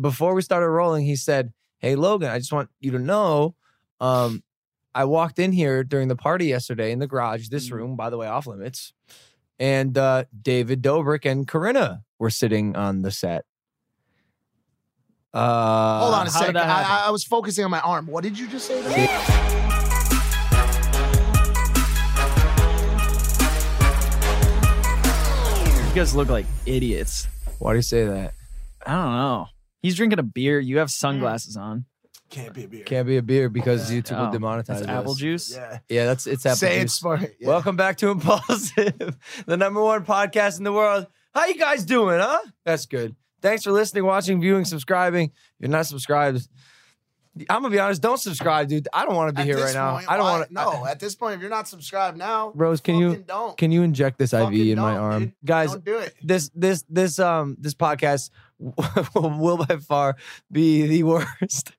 Before we started rolling, he said, Hey, Logan, I just want you to know um, I walked in here during the party yesterday in the garage, Mm-hmm. this room, by the way, off limits. And uh, David Dobrik and Corinna were sitting on the set. Uh, Hold on a how did second. that happen? I, I was focusing on my arm. What did you just say? To me? You guys look like idiots. Why do you say that? I don't know. He's drinking a beer. You have sunglasses on. Can't be a beer. Can't be a beer because YouTube will Oh, demonetize That's us. apple juice. Yeah. Yeah, that's it's apple Say juice. it smart. Yeah. Welcome back to Impulsive, the number one podcast in the world. How you guys doing, huh? That's good. Thanks for listening, watching, viewing, subscribing. If you're not subscribed, I'm gonna be honest. Don't subscribe, dude. I don't want to be At here this right now. point, I don't why- want to. No, at this point, if you're not subscribed now, Rose, can you- fucking don't Can you inject this IV Fucking in my don't, arm, dude. guys? Don't do it. This this this um this podcast will by far be the worst,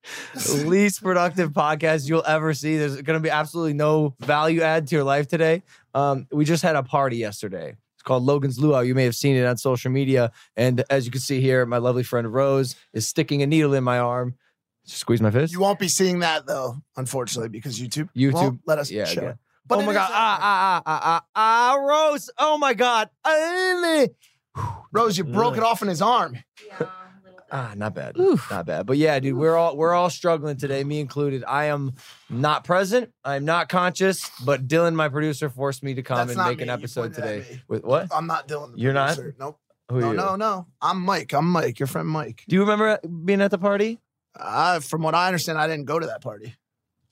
least productive podcast you'll ever see. There's going to be absolutely no value add to your life today. Um, we just had a party yesterday. It's called Logan's Luau. You may have seen it on social media, and as you can see here, my lovely friend Rose is sticking a needle in my arm. Squeeze my fist. You won't be seeing that though, unfortunately, because YouTube YouTube- won't let us yeah, show yeah. it. oh it my is god! out Ah, there. ah ah ah ah ah! Rose! Oh my god! Ah, Rose, you broke it off in his arm. Ah, not bad. Not bad. But yeah, dude, we're all we're all struggling today, me included. I am not present. I'm not conscious, but Dylan, my producer, forced me to come That's and not make an me. You episode pointed at today. me. With what? I'm not Dylan. the You're not? producer. Nope. Who are no, you? no, no. I'm Mike. I'm Mike. Your friend Mike. Do you remember being at the party? Uh, from what I understand, I didn't go to that party.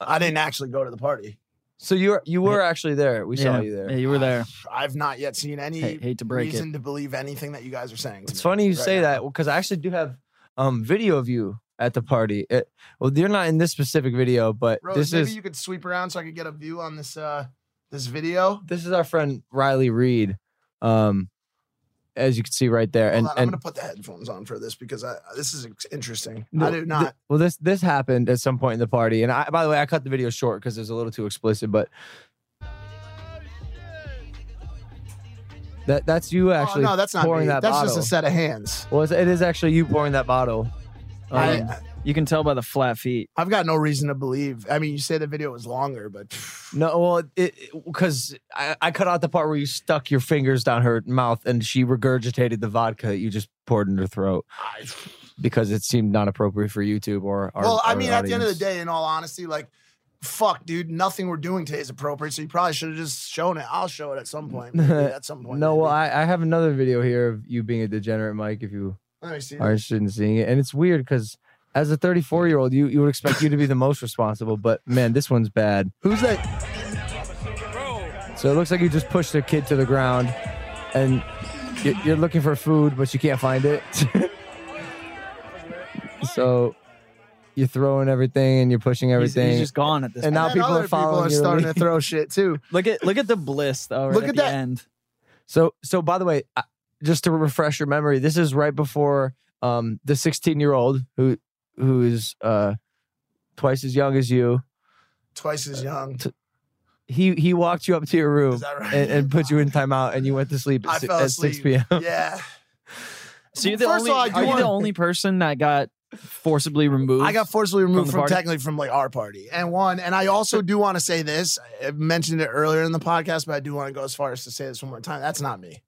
I didn't actually go to the party. So you were you were actually there. We saw Yeah. you there. Yeah, you were there. I've not yet seen any Hey, hate to break it. reason to believe anything that you guys are saying. to It's me funny you right say now. that because I actually do have um video of you at the party. It, well, you're not in this specific video, but Rose, this maybe is you could sweep around so I could get a view on this uh this video. this is our friend Riley Reed. Um as you can see right there. Hold And on, I'm and gonna put the headphones on for this because I, this is ex- interesting. No, I do th- not. well, this this happened at some point in the party, and I by the way, I cut the video short because it was a little too explicit. But that that's you actually. oh, no, that's not pouring me. that that's bottle. just a set of hands. Well, it's- it is actually you pouring that bottle. I- Um, Oh, You can tell by the flat feet. I've got no reason to believe. I mean, you say the video was longer, but no, well, because I, I cut out the part where you stuck your fingers down her mouth and she regurgitated the vodka that you just poured in her throat I, because it seemed not appropriate for YouTube or our. well, I our mean, at the end of the audience. day, in all honesty, like, fuck, dude, nothing we're doing today is appropriate. So you probably should have just shown it. I'll show it at some point. maybe, at some point. No, maybe. well, I, I have another video here of you being a degenerate, Mike. If you let me see. are interested in seeing it. And it's weird because as a 34 year old, you, you would expect you to be the most responsible, but man, this one's bad. Who's that? So it looks like you just pushed a kid to the ground and you- you're looking for food, but you can't find it. so you're throwing everything and you're pushing He's, everything. he's just gone at this. point. And now And then people are other following you. starting to throw shit too. look at look at the bliss though. right Look at, at the that. end. So, so by the way, I- just to refresh your memory, this is right before um, the 16 year old who who is uh, twice as young as you. Twice as young. he he walked you up to your room Is that right? and, and put you in timeout, and you went to sleep at, I si- fell at asleep. 6 p.m. yeah. So you're the First only. of all, I do are you want- the only person that got forcibly removed? I got forcibly removed the from, party? technically from like our party and one. And I also do want to say this. I mentioned it earlier in the podcast, but I do want to go as far as to say this one more time. That's not me.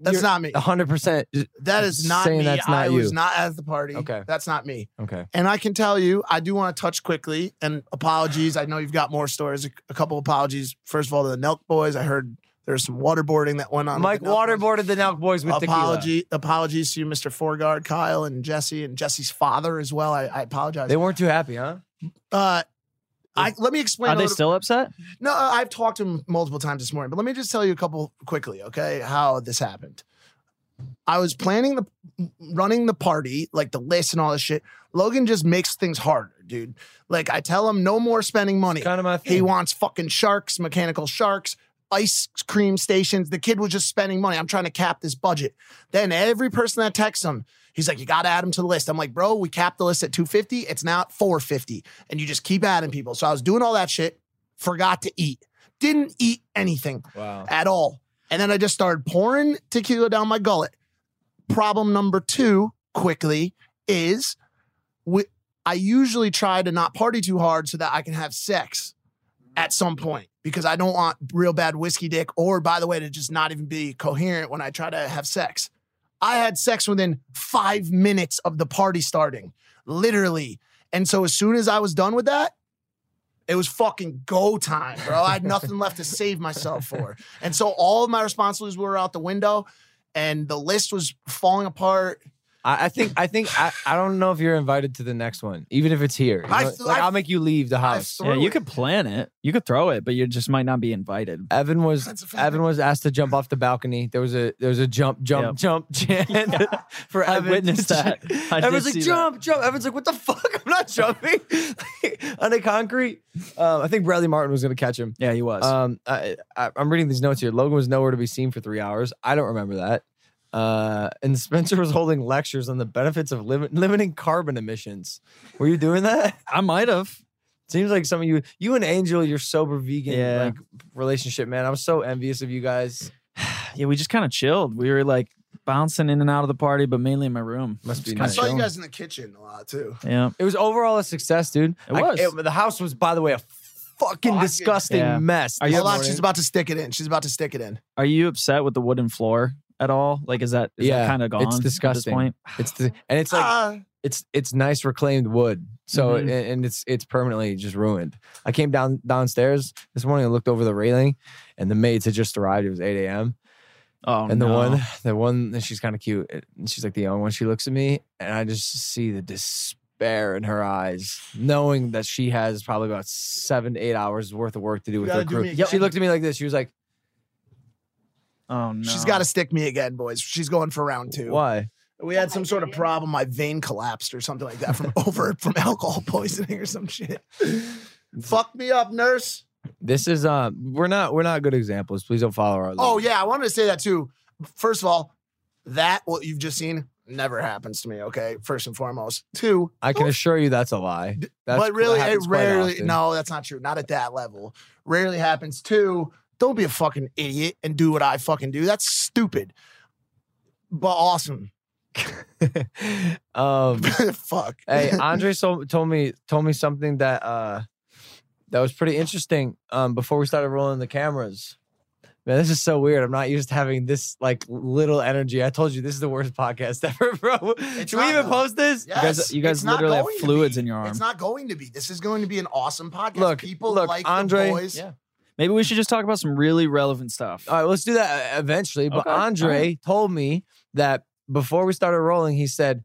That's You're- not me. 100. percent That is not saying me. that's I not you. was not at the party. Okay. That's not me. Okay. And I can tell you, I do want to touch quickly and apologies. I know you've got more stories. A, a couple apologies. First of all, to the Nelk boys. I heard there's some waterboarding that went on. with Mike the Nelk boys. waterboarded the Nelk boys with tequila. Apology, apologies to you, Mr. Forgard, Kyle, and Jesse, and Jesse's father as well. I, I apologize. They weren't too happy, huh? Uh, I, let me explain. Are a they little- still upset? No, uh, I've talked to him multiple times this morning, but let me just tell you a couple quickly, okay? How this happened. I was planning the running the party, like the list and all this shit. Logan just makes things harder, dude. Like I tell him no more spending money. Kind of my He thing. wants fucking sharks, mechanical sharks, ice cream stations. The kid was just spending money. I'm trying to cap this budget. Then every person that texts him, he's like, "You got to add him to the list." I'm like, "Bro, we capped the list at 250. It's now at 450, and you just keep adding people." So I was doing all that shit, forgot to eat, didn't eat anything wow. at all, and then I just started pouring tequila down my gullet. Problem number two, quickly, is wi- I usually try to not party too hard so that I can have sex at some point because I don't want real bad whiskey dick or, by the way, to just not even be coherent when I try to have sex. I had sex within five minutes of the party starting, literally. And so as soon as I was done with that, it was fucking go time, bro. I had nothing left to save myself for. And so all of my responsibilities were out the window and the list was falling apart. I, I think I think I, I don't know if you're invited to the next one, even if it's here. You I know, th- like, I- I'll make you leave the I house. threw Yeah, you it. could plan it. You could throw it, but you just might not be invited. Evan was That's a fact. Evan was asked to jump off the balcony. There was a there was a jump jump Yep. jump chant for I Evan. witnessed that. I did Evan's like see that. jump jump. Evan's like what the fuck? I'm not jumping on the concrete. Um, I think Bradley Martin was gonna catch him. Yeah, he was. Um, I, I, I'm reading these notes here. Logan was nowhere to be seen for three hours. I don't remember that. Uh, and Spencer was holding lectures on the benefits of lim- limiting carbon emissions. Were you doing that? I might have. Seems like some of you, you and Angel, your sober vegan Yeah. like relationship, man. I'm so envious of you guys. Yeah, we just kind of chilled. We were like bouncing in and out of the party, but mainly in my room. Must be Just kinda I nice. saw chilling. you guys in the kitchen a lot too. Yeah. It was overall a success, dude. It I- was. the house was, by the way, a fucking Fucking- disgusting Yeah. mess. Are you this Hold on, morning. she's about to stick it in. She's about to stick it in. Are you upset with the wooden floor at all? Like, is that, is Yeah, that kind of gone? it's disgusting. At this point? It's the, and it's like Ah, it's it's nice reclaimed wood. So Mhm. a- and it's it's permanently just ruined. I came down downstairs this morning and looked over the railing, and the maids had just arrived. It was eight a.m. Oh, and the no. one, the one, and she's kind of cute. it- and she's like the young one. She looks at me, and I just see the despair in her eyes, knowing that she has probably about seven to eight hours worth of work to do with her gotta do crew. me again. She looked at me like this. She was like, Oh, no. She's got to stick me again, boys. She's going for round two. "Why?" We had some sort of problem. My vein collapsed or something like that from over from alcohol poisoning or some shit. Fuck me up, nurse. This is um, we're not we're not good examples. Please don't follow our. Oh lead. yeah, I wanted to say that too. First of all, that what you've just seen never happens to me. Okay, first and foremost. Two, I can assure you that's a lie. That's but really, it happens quite rarely. often. No, that's not true. Not at that level. Rarely happens. Two, don't be a fucking idiot and do what I fucking do. That's stupid, but awesome. um, Fuck. hey, Andre so, told me told me something that uh, that was pretty interesting. Um, before we started rolling the cameras, man, this is so weird. I'm not used to having this like little energy. I told you this is the worst podcast ever, bro. Should we not, even though. post this? You guys, Yes, you guys it's not literally have going to fluids be. in your arm. It's not going to be. This is going to be an awesome podcast. Look, people look, like Andre- the boys. Yeah. Maybe we should just talk about some really relevant stuff. All right, let's do that uh, eventually. But Okay, all Andre told me that before we started rolling, he said,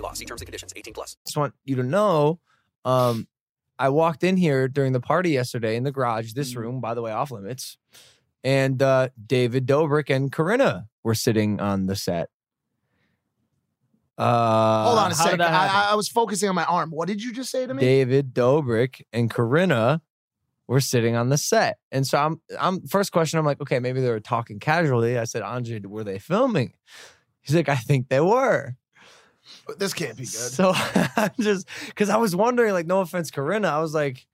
law. See terms and conditions. 18 plus. just want you to know um i walked in here during the party yesterday in the garage this Mm-hmm. Mhm. room by the way off limits and uh david dobrik and corinna were sitting on the set uh Hold on did a second. that happen? I, I was focusing on my arm. What did you just say to me? david dobrik and corinna were sitting on the set and so i'm i'm first question i'm like okay maybe they were talking casually i said andre were they filming he's like i think they were This can't be good. So I'm just because I was wondering, like, no offense, Corinna, I was like,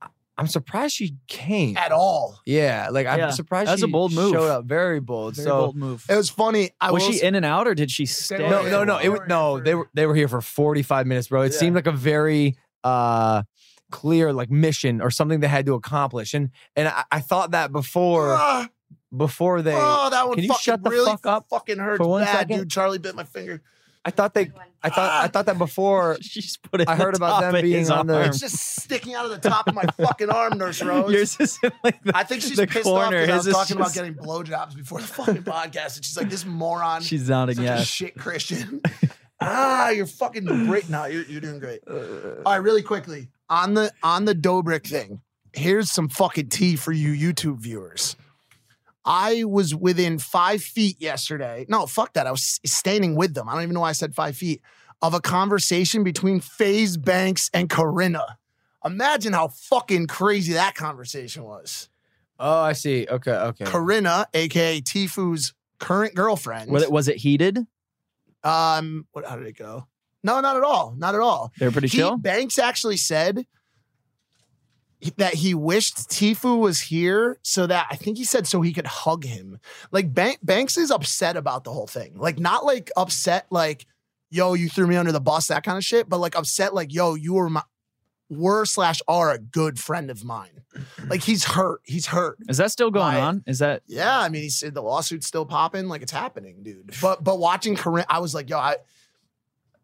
I- I'm surprised she came. At all. Yeah, like Yeah, I'm surprised that's a she bold move. showed up. Very bold. Very so bold move. It was funny. I was will she s- in and out or did she stay? were no, Yeah. no, no. It They was were no. here They for- were they were here for 45 minutes, bro. It Yeah. seemed like a very uh clear like mission or something they had to accomplish, and and I, I thought that before Ah, before they. oh, that one can you fucking shut the really fuck up fucking hurts for one bad, second? dude. Charlie bit my finger. I thought they. I thought. I thought that before. She's put it. I in the heard about top them of being his on the- arm. It's just sticking out of the top of my fucking arm, Nurse Rose. Yours is in like the, I think she's the pissed corner. off because I His was is talking about just- getting blowjobs before the fucking podcast, and she's like, "This moron, She's sounding such a yes. shit Christian." ah, you're fucking great. No, you're, you're doing great. All right, really quickly on the on the Dobrik thing. Here's some fucking tea for you YouTube viewers. I was within five feet yesterday. No, fuck that. I was s- standing with them. I don't even know why I said five feet of a conversation between FaZe Banks and Corinna. Imagine how fucking crazy that conversation was. Oh, I see. Okay. Okay. Corinna, aka Tifu's current girlfriend. Was it, was it heated? um, what, how did it go? No, not at all. Not at all. They were pretty He- chill. Banks actually said that he wished Tifu was here so that I think he said so he could hug him. Like Ban- Banks is upset about the whole thing. Like not like upset like yo you threw me under the bus that kind of shit, but like upset like yo you were my were slash are a good friend of mine. Like he's hurt. He's hurt. Is that still going Why? on? Is that Yeah, I mean, he said the lawsuit's still popping, like it's happening, dude. But but watching Corinne, I was like, yo, I.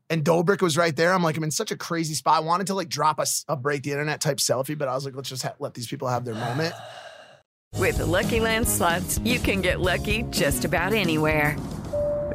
And Dobrik was right there. I'm like, I'm in such a crazy spot. I wanted to like drop a, s- a break the internet type selfie, but I was like, let's just ha- let these people have their moment. With the Lucky Land slots, you can get lucky just about anywhere.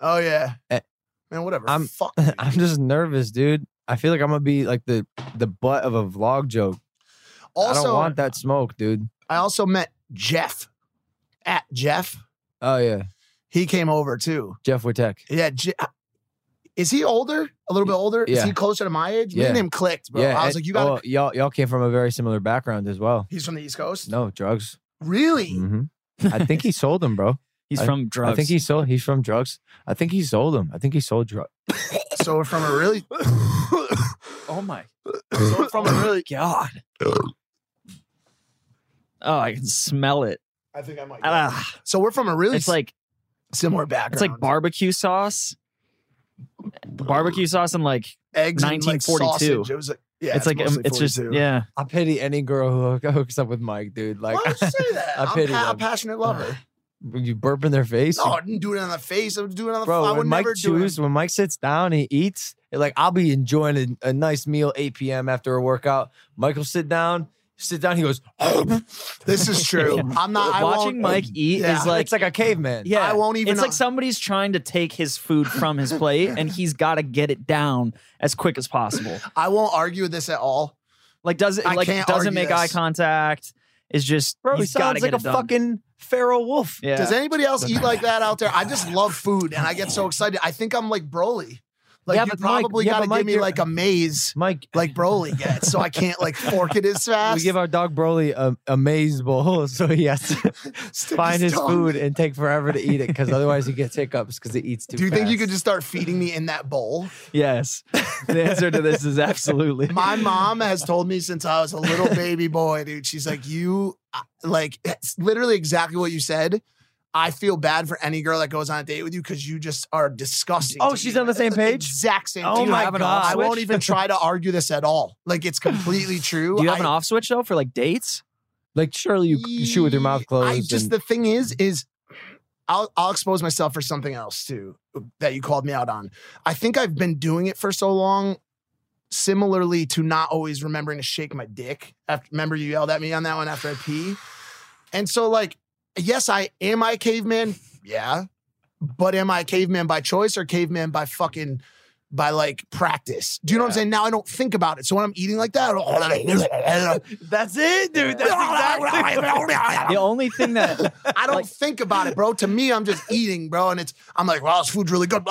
Oh yeah, Eh, man, whatever. I'm- fuck. you. I'm just nervous, dude. I feel like I'm gonna be like the the butt of a vlog joke. also, I don't want that smoke, dude. I also met Jeff at Jeff. Oh yeah, He came over too. Jeff Wittek. Yeah, Je- uh, is he older? A little bit older? Is Yeah. he closer to my age? Me and Yeah. him clicked, bro. yeah, eh, oh. I was and- like, you got. to well, y'all. Y'all came from a very similar background as well. He's from the East Coast. No drugs. Really? hmm I think he sold them, bro. he's I- from drugs? I think he sold. He's from drugs. I think he sold them. I think he sold drugs. So we're from a really Oh my so from a really god. Oh, I can smell it. I think I might Ah, so we're from a really it's like similar background. it's like barbecue sauce. Barbecue sauce and like eggs and, like, 1942. sausage. It was like yeah, it's like um, mostly it's just 42. yeah. I pity any girl who hook- hooks up with Mike, dude. Like Why would you say that? I I'm pity pa- a them. passionate lover. you burp in their face. No, I didn't do it on the face. I would do it on the. I Bro, would when Mike never chews, do when Mike sits down, he eats. Like I'll be enjoying a, a nice meal, 8 p.m. after a workout. Michael sit down, sit down. He goes, it. This is true. I'm not. I Watching won't, Mike eat yeah. is like it's like a caveman. yeah. I won't even- It's like somebody's trying to take his food from his plate and he's got to get it down as quick as possible. I won't argue with this at all. Like does it I like can't doesn't argue make this. eye contact. It's just bro, he he's got to sounds like get a it done. fucking feral wolf. yeah. Does anybody else eat like that out there? I just love food and I get so excited. I think I'm like Broly. Like Yeah, you but Mike- probably yeah, but got to Mike, give me you're- like a maze, Mike, like Broly gets, so I can't like fork it as fast. we give our dog Broly a, a maze bowl, so he has to Stick find his tongue. food and take forever to eat it because otherwise he gets hiccups because he eats too. Do you think you fast. could just start feeding me in that bowl? Yes. The answer to this is absolutely. My mom has told me since I was a little baby boy, dude. She's like, you, uh, like, it's literally exactly what you said. I feel bad for any girl that goes on a date with you because you just are disgusting. Oh, to she's me. on the same page? Exact same. Oh thing. my I have an God. off I won't Switch? even try to argue this at all. Like, it's completely true. Do you have an I- off switch though for like dates? like surely you c- shoot with your mouth closed? I just and- the thing is, is I'll I'll expose myself for something else too that you called me out on. I think I've been doing it for so long, similarly to not always remembering to shake my dick. After remember you yelled at me on that one after I pee, and so like yes, I am I a caveman. Yeah, but am I a caveman by choice or caveman by fucking? By like practice, do you know what I'm saying? Now I don't think about it. So when I'm eating like that, that's it, dude. The only thing that I don't Like- think about it, bro. To me, I'm just eating, bro, and it's I'm like, wow, this food's really good.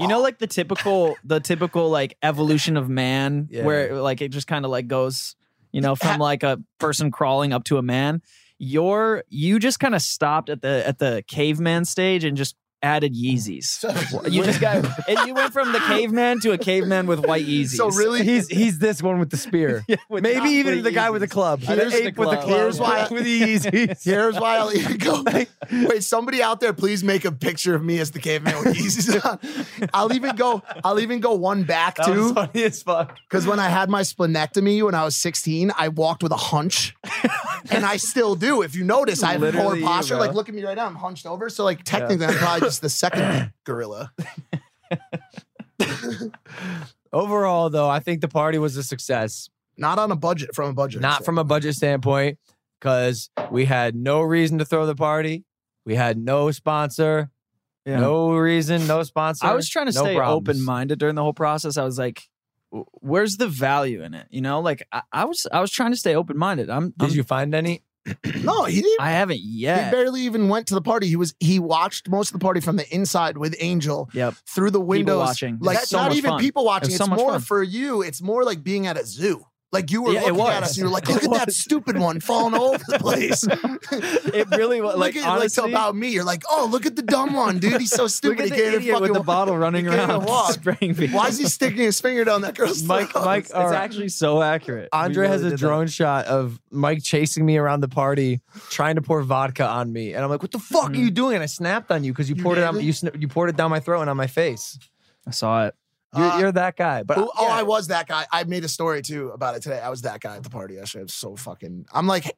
you know, like the typical, the typical like evolution of man, Yeah. where like it just kind of like goes, you know, Ha- from like a person crawling up to a man. your you just kind of stopped at the at the caveman stage and just added Yeezys. You just got and you went from the caveman to a caveman with white Yeezys. So really, He's he's this one with the spear. With Maybe not even with the guy with the Yeezys. club. Here's the the ape with the club. club. Here's why- with the Yeezys. Here's why I'll even go. Wait, somebody out there, please make a picture of me as the caveman with Yeezys on. I'll even go. I'll even go one back That was too, funny as fuck. because when I had my splenectomy when I was 16, I walked with a hunch, and I still do. If you notice, I have poor Literally you, posture. bro. like, look at me right now. I'm hunched over. So, like, technically, I'm probably just the second gorilla. Overall, though, I think the party was a success. Not on a budget. From a budget. Not from a budget standpoint, because we had no reason to throw the party. We had no sponsor. Yeah. No reason, no sponsor. I was trying to no stay problems. open minded during the whole process. I was like, "W- where's the value in it? You know, like I, I was I was trying to stay open minded. I'm, Did I'm- you find any? No, he didn't. I haven't He yet. barely even went to the party. He was he watched most of the party from the inside with Angel yep. through the windows. watching. Like That's so not much even fun. people watching. It's It's so much more fun. for you. It's more like being at a zoo. Like you were Yeah, it looking at was. us and you were It like, look at that was. stupid one falling all over the place. It really was Look like at honestly. like about me. You're like, oh, look at the dumb one, dude. He's so Look stupid. at He the can't even idiot with fucking the walk. bottle running He can't even around walk. spraying people. Why is he sticking his finger down that girl's Mike- throat? Mike- It's All right. actually so accurate. We Andre has really a did that. drone shot of Mike chasing me around the party, trying to pour vodka on me, and I'm like, "What the fuck Mm. are you doing?" And I snapped on you because you, You poured it did on it? you. Sn- you poured it down my throat and on my face. I saw it. You're, Uh, you're that guy. But Oh, oh, yeah. I was that guy. I made a story too about it today. I was that guy at the party yesterday. It was so fucking. I'm like,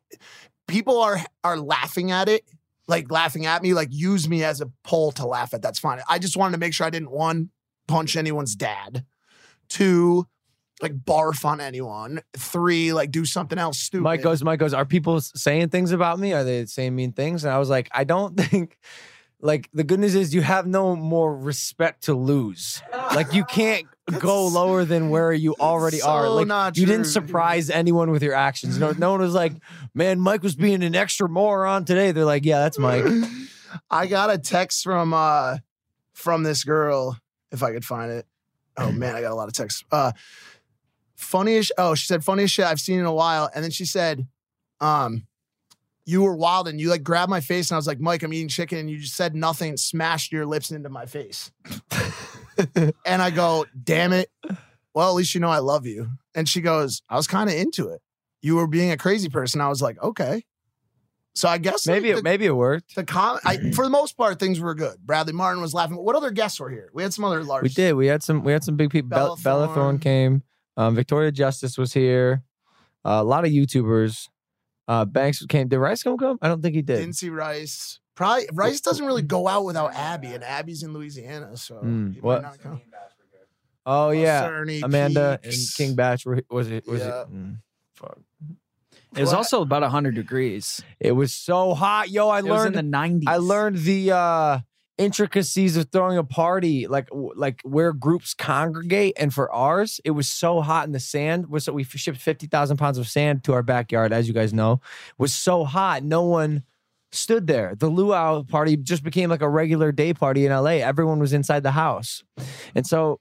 people are are laughing at it, like laughing at me, like use me as a poll to laugh at. That's fine. I just wanted to make sure I didn't one punch anyone's dad, two, like barf on anyone, three, like do something else stupid. Mike goes, Mike goes, are people s- saying things about me? Are they saying mean things? And I was like, I don't think like the good news is you have no more respect to lose. Like you can't go That's- lower than where you already are. so Like not you didn't true. surprise anyone with your actions. No, no one was like, man, Mike was being an extra moron today. They're like, yeah, that's Mike. I got a text from uh from this girl, if I could find it. Oh man, I got a lot of texts. Uh funniest oh, she said funniest shit I've seen in a while. And then she said, um, you were wild and you like grabbed my face and I was like, Mike, I'm eating chicken, and you just said nothing, smashed your lips into my face. and I go, damn it. Well, at least you know I love you. And she goes, I was kind of into it. You were being a crazy person. I was like, okay. So I guess like, Maybe the- it maybe it worked. the com- I, for the most part, things were good. Bradley Martin was laughing. What other guests were here? We had some other large. We did. We had some we had some big people. Bella, Bella Bella Thorne. Thorne. came. Um, Victoria Justice was here. Uh, a lot of YouTubers. Uh, Banks came. Did Rice come come? I don't think he did. Didn't see Rice. Probably Rice doesn't really go out without Abby, and Abby's in Louisiana, so Mm, he might what- not come. Oh yeah, Cerny, Amanda Peeps. and King Batch were was it was Yeah. it? mm, fuck. It was What? also about 100 degrees. It was so hot, yo. I It was in learned the 90s. I learned the uh intricacies of throwing a party, like w- like where groups congregate. And for ours, it was so hot in the sand. Was so we shipped fifty thousand pounds of sand to our backyard, as you guys know. It was so hot, no one stood there. The luau party just became like a regular day party in LA. Everyone was inside the house, and so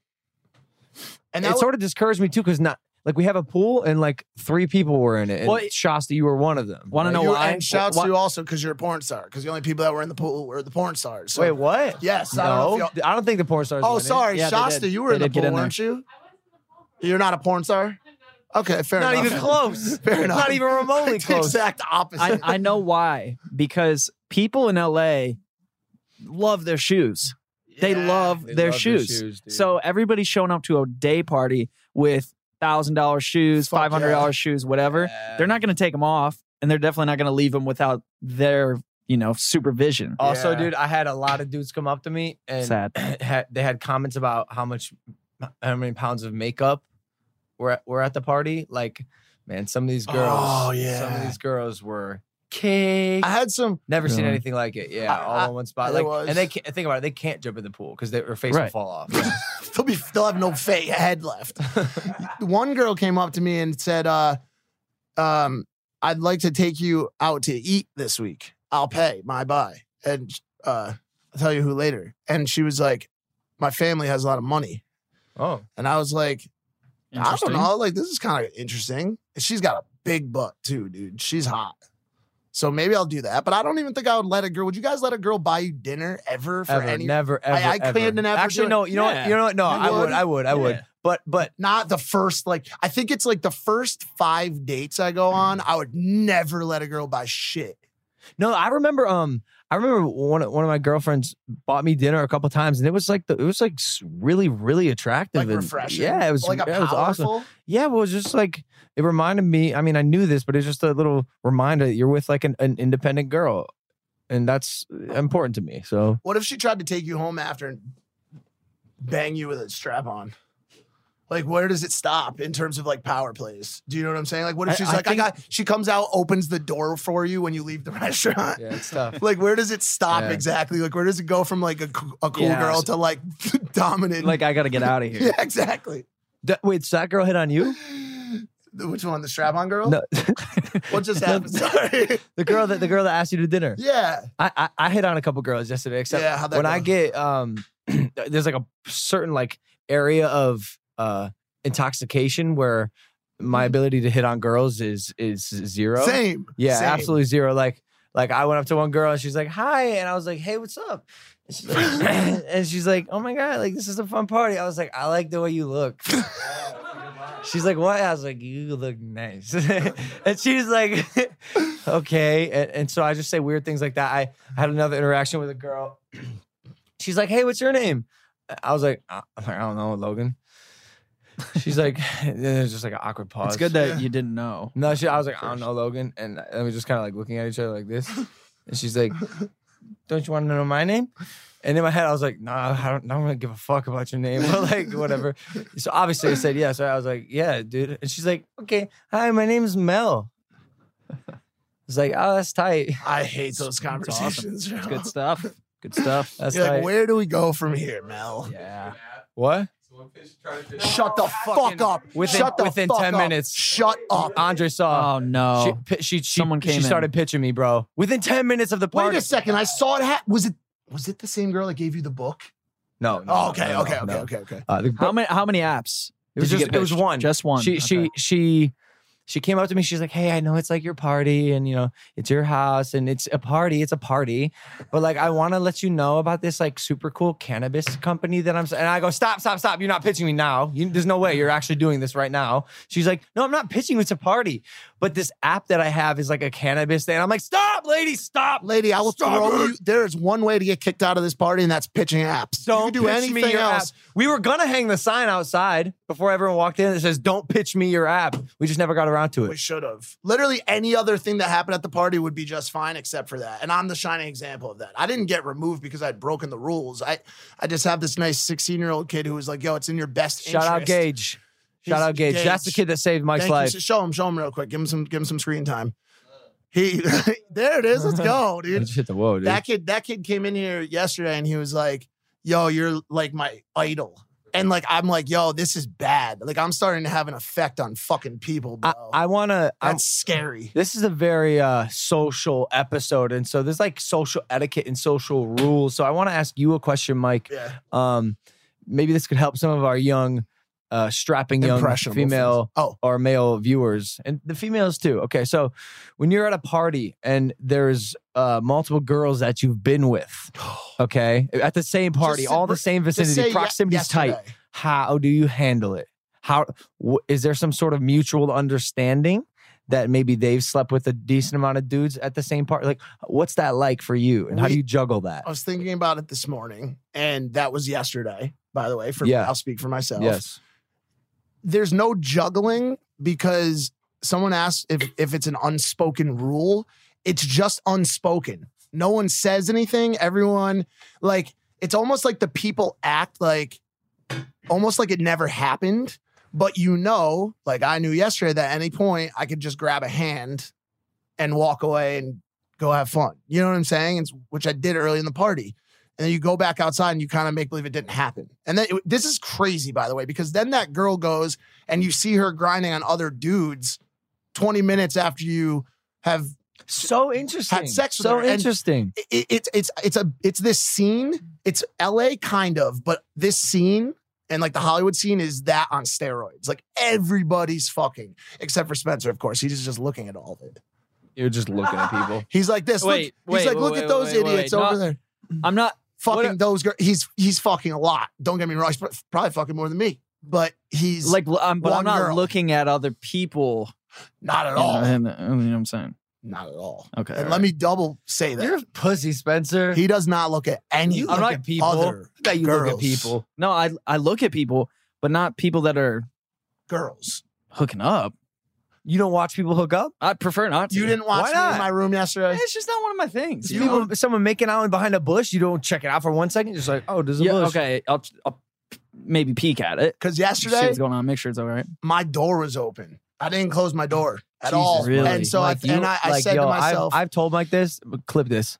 And it that sort of discouraged me too because not like we have a pool and like three people were in it. And Well, Shasta, you were one of them. Want to right? know you, why? And shouts Why- to you also because you're a porn star. Because the only people that were in the pool were the porn stars. So. Wait, what? Yes, no, I don't know if y'all- I don't think the porn stars. Oh, went in. sorry, Yeah, they Shasta, did. you were in They the did get pool, in there. weren't you? You're not a porn star. Okay, fair Not enough. even close. Fair enough. Not even remotely The close. exact opposite. I, I know why. Because people in LA love their shoes. They love, their, They love their shoes. shoes, dude. so everybody's showing up to a day party with thousand dollar shoes, Fuck five hundred dollar shoes, whatever. They're not going to take them off, and they're definitely not going to leave them without their you know supervision. Also, Yeah. dude, I had a lot of dudes come up to me and Sad. had, they had comments about how much, how many pounds of makeup were at, were at the party. Like, man, some of these girls, Oh, some of yeah. these girls were cake. I had some Never seen Really? anything like it. Yeah, I- all I- on one spot. there Like, was- and they can't, think about it. They can't jump in the pool because their face will Right. fall off. they'll be they'll have no fa- head left. One girl came up to me and said, uh, um, "I'd like to take you out to eat this week. I'll pay my buy, and uh, I'll tell you who later." And she was like, "My family has a lot of money," oh, and I was like, "I don't Interesting. know. Like this is kind of interesting." And she's got a big butt too, dude. She's hot. So maybe I'll do that. But I don't even think I would let a girl. Would you guys let a girl buy you dinner ever for ever, any? never, ever, I ever. couldn't ever Actually, do it. no. You know what? Yeah. You know what? No, You I would, would? I would, I would. Yeah. But, but Not the first, like, I think it's like the first five dates I go on, I would never let a girl buy shit. No, I remember. Um, I remember one of- one of my girlfriends bought me dinner a couple times, and it was like the, it was like s- really really attractive, Like and- refreshing. Yeah, it was like a yeah, it was awesome. powerful. Yeah, well, it was just like it reminded me. I mean, I knew this, but it's just a little reminder that you're with like an, an independent girl, and that's important to me. So What if she tried to take you home after and bang you with a strap on? Like, where does it stop in terms of like power plays? Do you know what I'm saying? Like, what if I- she's I like, think- I got, she comes out, opens the door for you when you leave the restaurant? yeah, it's tough. Like, where does it stop Yeah. exactly? Like, where does it go from like a, co- a cool Yeah. girl to like dominant? Like I gotta get out of here. yeah, exactly. wait, so that girl hit on you? The- Which one? The strap on girl? No, What just happened? Sorry. the girl that the girl that asked you to dinner. yeah. I, I I hit on a couple girls yesterday, except Yeah, how'd that when I go? get um, there's like a certain like area of uh intoxication where my ability to hit on girls is is zero. Mm-hmm. Same. Yeah, Same. absolutely zero. Like like I went up to one girl and she's like, "Hi," and I was like, "Hey, what's up?" And she's like, and she's like, "Oh my god, like this is a fun party." I was like, "I like the way you look." she's like, "What?" I was like, "You look nice," and she's like, "Okay." And, and so I just say weird things like that. I, I had another interaction with a girl. She's like, "Hey, what's your name?" I was like, "I I'm like, I don't know, Logan." She's like, and then there's just like an awkward pause. It's good that you didn't know. No, she, I was like, I don't know, Logan. And I was just kind of like looking at each other like this. And she's like, Don't you want to know my name? And in my head, I was like, Nah, I don't, I don't really give a fuck about your name. But like, whatever. So obviously I said yes. So I was like, Yeah, dude. And she's like, Okay, hi, my name's Mel. It's like, Oh, that's tight. I hate those awesome. conversations. It's bro. good stuff. Good stuff. That's You're tight. like, where do we go from here, Mel? Yeah. what? Shut the fuck up. Within- Shut the within fuck 10 up. minutes. Shut up. Andre saw. Oh no. She, pi- she, she, Someone came she in. started pitching me, bro. Within 10 minutes of the Wait party. a second. I saw it. Ha- was it was it the same girl that gave you the book? no, no. Oh, okay, no, no, okay, okay, no. okay, okay. Uh, the- How many how many apps? It was did you just get it was pitched? one. Just one. She Okay. she she she came up to me. She's like, "Hey, I know it's like your party, and you know it's your house, and it's a party. It's a party, but like I want to let you know about this like super cool cannabis company that I'm." s-" And I go, "Stop, stop, stop! You're not pitching me now. You, there's no way you're actually doing this right now." She's like, "No, I'm not pitching. you. It's a party, but this app that I have is like a cannabis thing." And I'm like, "Stop, lady, stop!" Lady, I will Stop throw it. you. There is one way to get kicked out of this party, and that's pitching apps. Don't you can do pitch anything me your else. App. We were gonna hang the sign outside before everyone walked in that says, "Don't pitch me your app." We just never got around to it. We should have. Literally any other thing that happened at the party would be just fine except for that. And I'm the shining example of that. I didn't get removed because I'd broken the rules. I I just have this nice 16 year old kid who was like, yo, it's in your best Shout out interest. Gage. Shout He's- out Gage. That's the Gage. kid that saved Mike's Thank you. life. So Show him, show him real quick. Give him some, give him some screen time. He, there it is. Let's go, dude. hit the whoa, dude. That kid, that kid came in here yesterday and he was like, "Yo, you're like my idol," and like I'm like, "Yo, this is bad. Like I'm starting to have an effect on fucking people, bro. I, I wanna That's I'm, scary." this is a very uh social episode. And so there's like social etiquette and social rules. So I wanna ask you a question, Mike. Yeah, Um maybe this could help some of our young uh strapping young impressionable. female things. Oh, or male viewers and the females too. Okay, so when you're at a party and there's uh, multiple girls that you've been with, okay, at the same party, Just- all the same just say vicinity, ye- proximity's tight. yesterday. how do you handle it how wh- is there some sort of mutual understanding that maybe they've slept with a decent amount of dudes at the same part like what's that like for you and how do We- you juggle that I was thinking about it this morning, and that was yesterday. By the way, for Yeah. I'll speak for myself. yes there's no juggling because someone asked if if it's an unspoken rule. It's just unspoken. No one says anything. Everyone like it's almost like the people act like almost like it never happened. But you know, like I knew yesterday that at any point I could just grab a hand and walk away and go have fun. You know what I'm saying? It's, which I did early in the party. And then you go back outside and you kind of make believe it didn't happen. And then it- this is crazy, by the way, because then that girl goes and you see her grinding on other dudes 20 minutes after you have so interesting sex with so her and- interesting it, it's it's it's a it's this scene. It's L.A. kind of, but this scene and like the Hollywood scene is that on steroids. Like everybody's fucking except for Spencer, of course. He's just looking at all of it. You're just looking at people. He's like this. Wait, look, wait, he's like, wait, look wait, at those wait, wait, idiots no. over there, I'm not. fucking What- those girls. He's he's fucking a lot. Don't get me wrong. He's pr- probably fucking more than me, but he's Like, l- I'm, but one I'm not girl. looking at other people. not at all. And, and, you know what I'm saying? Not at all. Okay, And all let right. me double say that You're a pussy, Spencer. he does not look at any. you look look at at people. Other I bet you look at girls. people. No, I I look at people, but not people that are girls. Hooking up. You don't watch people hook up. I prefer not to. You didn't watch Why me not? in my room yesterday. It's just not one of my things. you know? People, someone making out behind a bush. You don't check it out for one second. You're just like, oh, there's a Yeah, bush. okay. I'll, I'll maybe peek at it. Because See yesterday what's going on. Make sure it's all right. my door was open. I didn't close my door at Jesus, all. really? And so Like, I you- and I, I like, said yo, to I've- myself, I've, told Mike this. Clip this.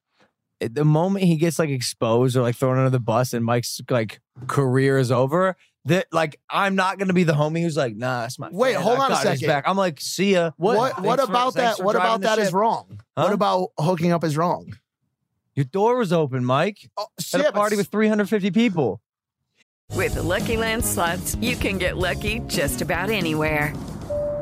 At The moment he gets like exposed or like thrown under the bus, and Mike's like career is over. That like I'm not gonna be the homie who's like, nah, it's my Wait, friend. hold I on a got his second. Back. I'm like, see ya. what what, Thanks for- thanks about that? for What driving about the that is ship. wrong? What Huh? about hooking up is wrong? Your door was open, Mike, Oh, at yeah, a but party with 350 people. With the Lucky Land slots, you can get lucky just about anywhere.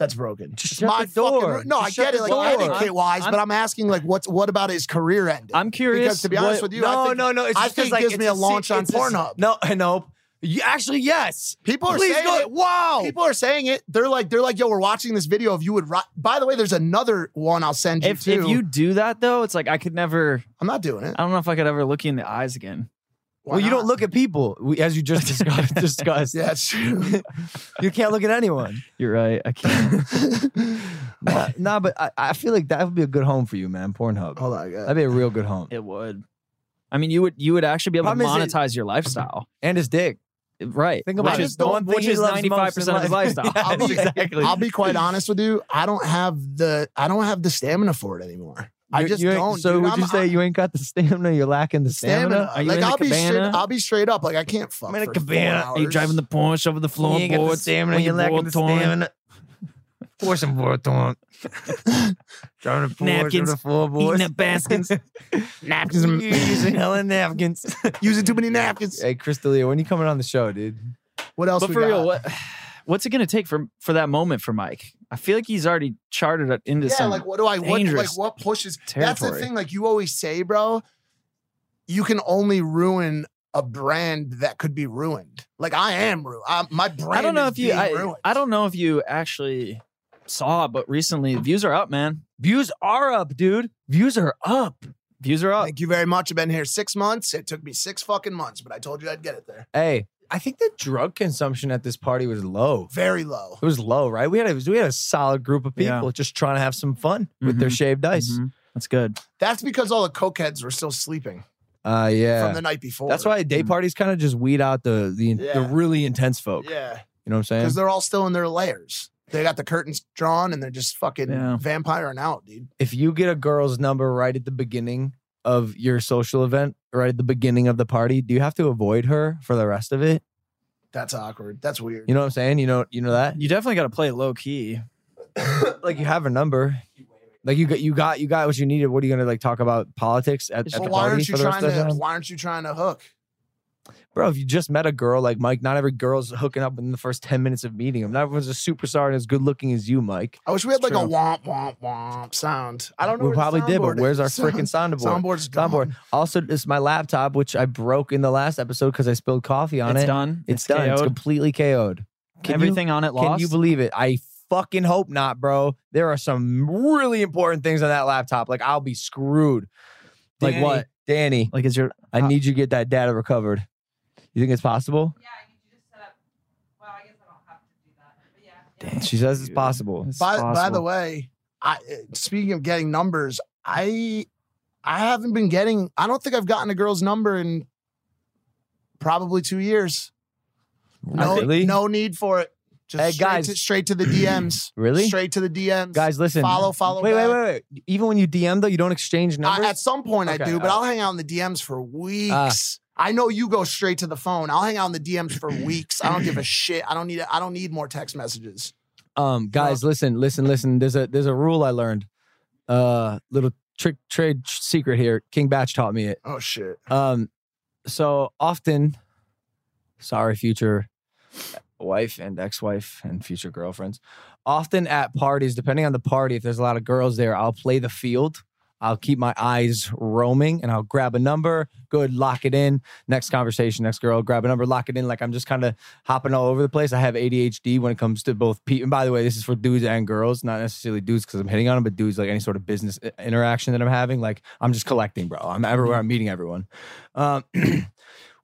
that's broken? Just shut my the door. fucking ru- No, Just I shut get it, the like door. etiquette wise, I'm- but I'm asking like, what's what about his career ending? I'm curious. Because to be honest what- with you, no, I think, no, no. It's I just 'cause, think like, gives it's me a se- launch on it's a se- Pornhub. No, nope. You, actually, yes. People are Please saying go. it. Wow. People are saying it. They're like, they're like, yo, we're watching this video of you would. Ri-. By the way, there's another one I'll send you if too. if you do that though, it's like I could never. I'm not doing it. I don't know if I could ever look you in the eyes again. Why Uh, well, you not? don't look at people, we- as you just discussed. discussed. Yeah, it's true. You can't look at anyone. You're right. I can't. nah, nah, but I, I feel like that would be a good home for you, man. Pornhub. Hold on, Oh, yeah. That'd be a real good home. it would. I mean, you would you would actually be able Problem to is it- monetize your lifestyle, And his dick. right? Think about which it. is The the one thing which he is loves most in 95 percent of his life. lifestyle. Yeah, I'll be- exactly. I'll be quite honest with you. I don't have the I don't have the stamina for it anymore. I You- just you ain't- don't. So dude. would I'm- you say you ain't got the stamina? You're lacking the stamina. stamina? Are you like in a I'll be straight, cabana? I'll be straight up. Like I can't fuck. I'm in a for cabana. four Are you hours. driving the Porsche over the You floorboards? ain't got the stamina. when You're you lacking roll the torn? stamina. Force and board torn. Driving the Porsche over Napkins. the floorboards. Eating up baskets. napkins? You're using hella napkins. using too many napkins. hey, Crystalia, when you coming on the show, dude? What else? But we for real, got? what what's it going to take for for that moment for Mike? I feel like he's already charted it into Yeah, some. like what do I? What, like dangerous what pushes? That's the territory. thing. Like you always say, bro. You can only ruin a brand that could be ruined. Like I am ruined. I, my brand. I don't know is if you. being I, ruined. I don't know if you actually saw, but recently views are up, man. Views are up, dude. Views are up. Views are up. Thank you very much. I've been here six months. It took me six fucking months, but I told you I'd get it there. Hey, I think the drug consumption at this party was low. Very low. It was low, right? We had a we had a solid group of Yeah. people just trying to have some fun with their Mhm. shaved ice. Mhm. That's good. That's because all the cokeheads were still sleeping Uh, yeah. from the night before. That's why day parties kind of just weed out the the, the Yeah. really intense folk. You know Yeah, what I'm because saying? they're all still in their layers. They got the curtains drawn and they're just fucking Yeah. vampiring out, dude. If you get a girl's number right at the beginning of your social event, right at the beginning of the party, do you have to avoid her for the rest of it? That's awkward. That's weird. You know what I'm saying? You know you know that? You definitely got to play it low key. like you have a number. Like you got you got you got what you needed. What are you gonna like talk about politics at, at Well, the why party aren't you for the rest trying of the to? time? Why aren't you trying to hook? Bro, if you just met a girl like Mike, not every girl's hooking up in the first ten minutes of meeting him. Not everyone's a superstar and as good looking as you, Mike. I wish we had like a True. womp womp womp sound. I don't know. We where the probably did, but soundboard where's our is. freaking soundboard? Soundboard's gone. Soundboard. Also, it's my laptop, which I broke in the last episode because I spilled coffee on it's it. done. It's, done. It's KO'd. completely KO'd. Can you- Everything on it lost. Can you believe it? I fucking hope not, bro. There are some really important things on that laptop. Like I'll be screwed. Like Danny- what? Danny? like is your I need you to get that data recovered. You think it's possible? She says it's possible. It's By, by the possible. way, I uh, speaking of getting numbers, I I haven't been getting. I don't think I've gotten a girl's number in probably two years. No, Really? no need for it. Just Hey, straight guys. to, straight to the DMs. Really? Straight to the DMs. Guys, listen. follow, follow. Wait, wait, back. wait, wait. Even when you DM though, you don't exchange I- numbers. at some point I Okay, Ah. do, but uh, I'll hang out in the DMs for weeks. I know you go straight to the phone. I'll hang out in the DMs for weeks. I don't give a shit. I don't need. I don't need more text messages. um, guys, listen, listen, listen. There's a there's a rule I learned. Uh, little trick trade secret here. King Batch taught me it. Oh shit. Um, so often, sorry, future wife and ex-wife and future girlfriends. Often at parties, depending on the party, if there's a lot of girls there, I'll play the field. I'll keep my eyes roaming and I'll grab a number, good, lock it in. Next conversation, next girl, grab a number, lock it in. Like I'm just kind of hopping all over the place. I have ADHD when it comes to both people. And by the way, this is for dudes and girls, not necessarily dudes because I'm hitting on them, but dudes like any sort of business i- interaction that I'm having. Like I'm just collecting, bro. I'm everywhere. I'm meeting everyone. Um,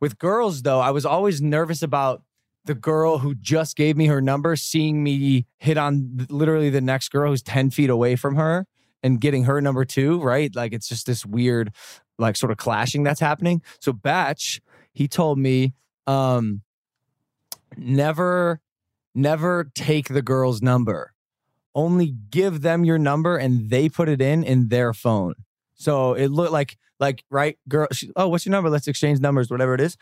with girls, though, I was always nervous about the girl who just gave me her number seeing me hit on th- literally the next girl who's 10 feet away from her and getting her number two, right? Like it's just this weird, like sort of clashing that's happening. So Batch, he told me, um, never, never take the girl's number. Only give them your number and they put it in in their phone. So it looked like, like, right, girl, she, oh, what's your number? Let's exchange numbers, whatever it is.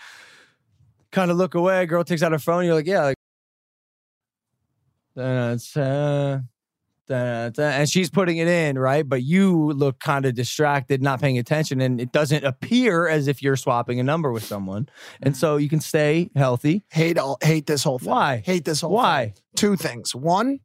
Kind of look away. Girl takes out her phone. You're like, yeah, like, dun, dun, dun, dun, and she's putting it in, right? But you look kind of distracted, not paying attention, and it doesn't appear as if you're swapping a number with someone. And so you can stay healthy. Hate all. Hate this whole thing. Why? Hate this whole. thing. Why? Two things. One,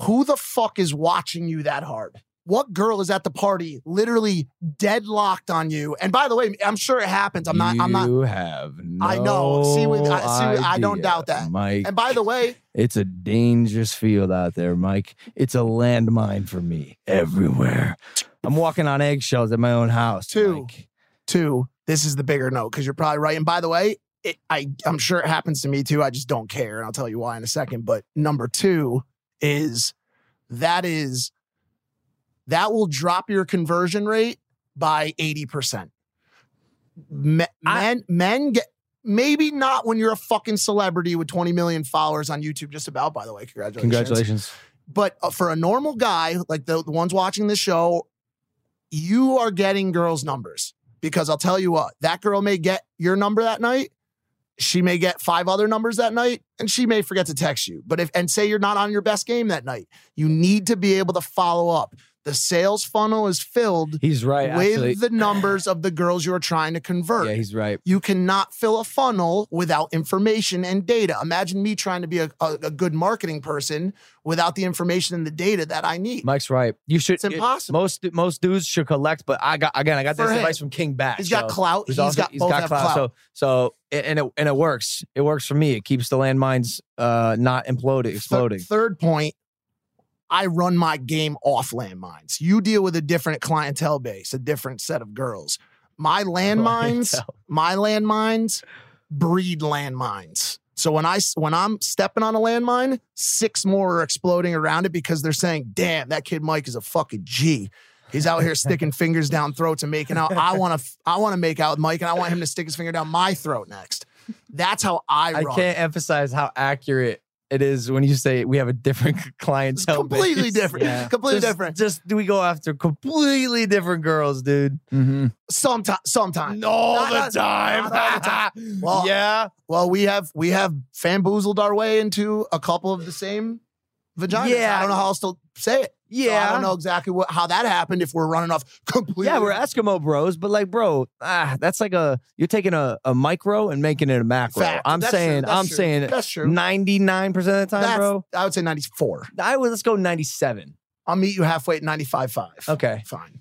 who the fuck is watching you that hard? What girl is at the party literally deadlocked on you? And by the way, I'm sure it happens. I'm not. I'm not. You have no. I know. See, with- I- see, idea, I don't doubt that. Mike. And by the way, It's a dangerous field out there, Mike. It's a landmine for me everywhere. I'm walking on eggshells at my own house. Two. Mike. Two, this is the bigger note because you're probably right. And by the way, it, I I'm sure it happens to me too. I just don't care, and I'll tell you why in a second. But number two is that is that will drop your conversion rate by eighty percent. Men, men get maybe not when you're a fucking celebrity with 20 million followers on YouTube. Just about, by the way, congratulations. Congratulations. But uh, for a normal guy, like the, the ones watching this show, you are getting girls' numbers because I'll tell you what, that girl may get your number that night. She may get five other numbers that night and she may forget to text you. But if, and say you're not on your best game that night, you need to be able to follow up. The sales funnel is filled He's right. with actually. the numbers of the girls you're trying to convert. yeah, he's right. You cannot fill a funnel without information and data. Imagine me trying to be a, a, a good marketing person without the information and the data that I need. Mike's right. You should. It's impossible. most most dudes should collect, but I got again. I got For this him. advice from King Bat. he's got clout. who's he's also- got both have clout. So so and and it and it works. It works for me. It keeps the landmines uh not imploding, Thir- exploding. third point, I run my game off landmines. You deal with a different clientele base, a different set of girls. My landmines, my landmines breed landmines. So when I s- when I'm stepping on a landmine, six more are exploding around it because they're saying, "Damn, that kid Mike is a fucking G. He's out here sticking fingers down throats and making out. I want to I want to make out with Mike and I want him to stick his finger down my throat next." That's how I I run. can't emphasize how accurate it is when you say we have a different clientele. completely base. different. Completely Just- different. Just we go after completely different girls, dude. Mm-hmm. Sometimes, sometimes. All Not- the not- time. not all the time. Well- yeah. Well, we have we have bamboozled our way into a couple of the same vaginas. Yeah. I don't know how else to say it. So Yeah. I don't know exactly what how that happened. If we're running off completely, Yeah, we're Eskimo bros, but like, bro, ah, that's like a you're taking a, a micro and making it a macro. Fact. I'm That's true. saying, That's I'm true. saying, that's true. 99 percent of the time, That's- bro. I would say ninety four. I would let's go 97. I'll meet you halfway at ninety five five. Okay, fine.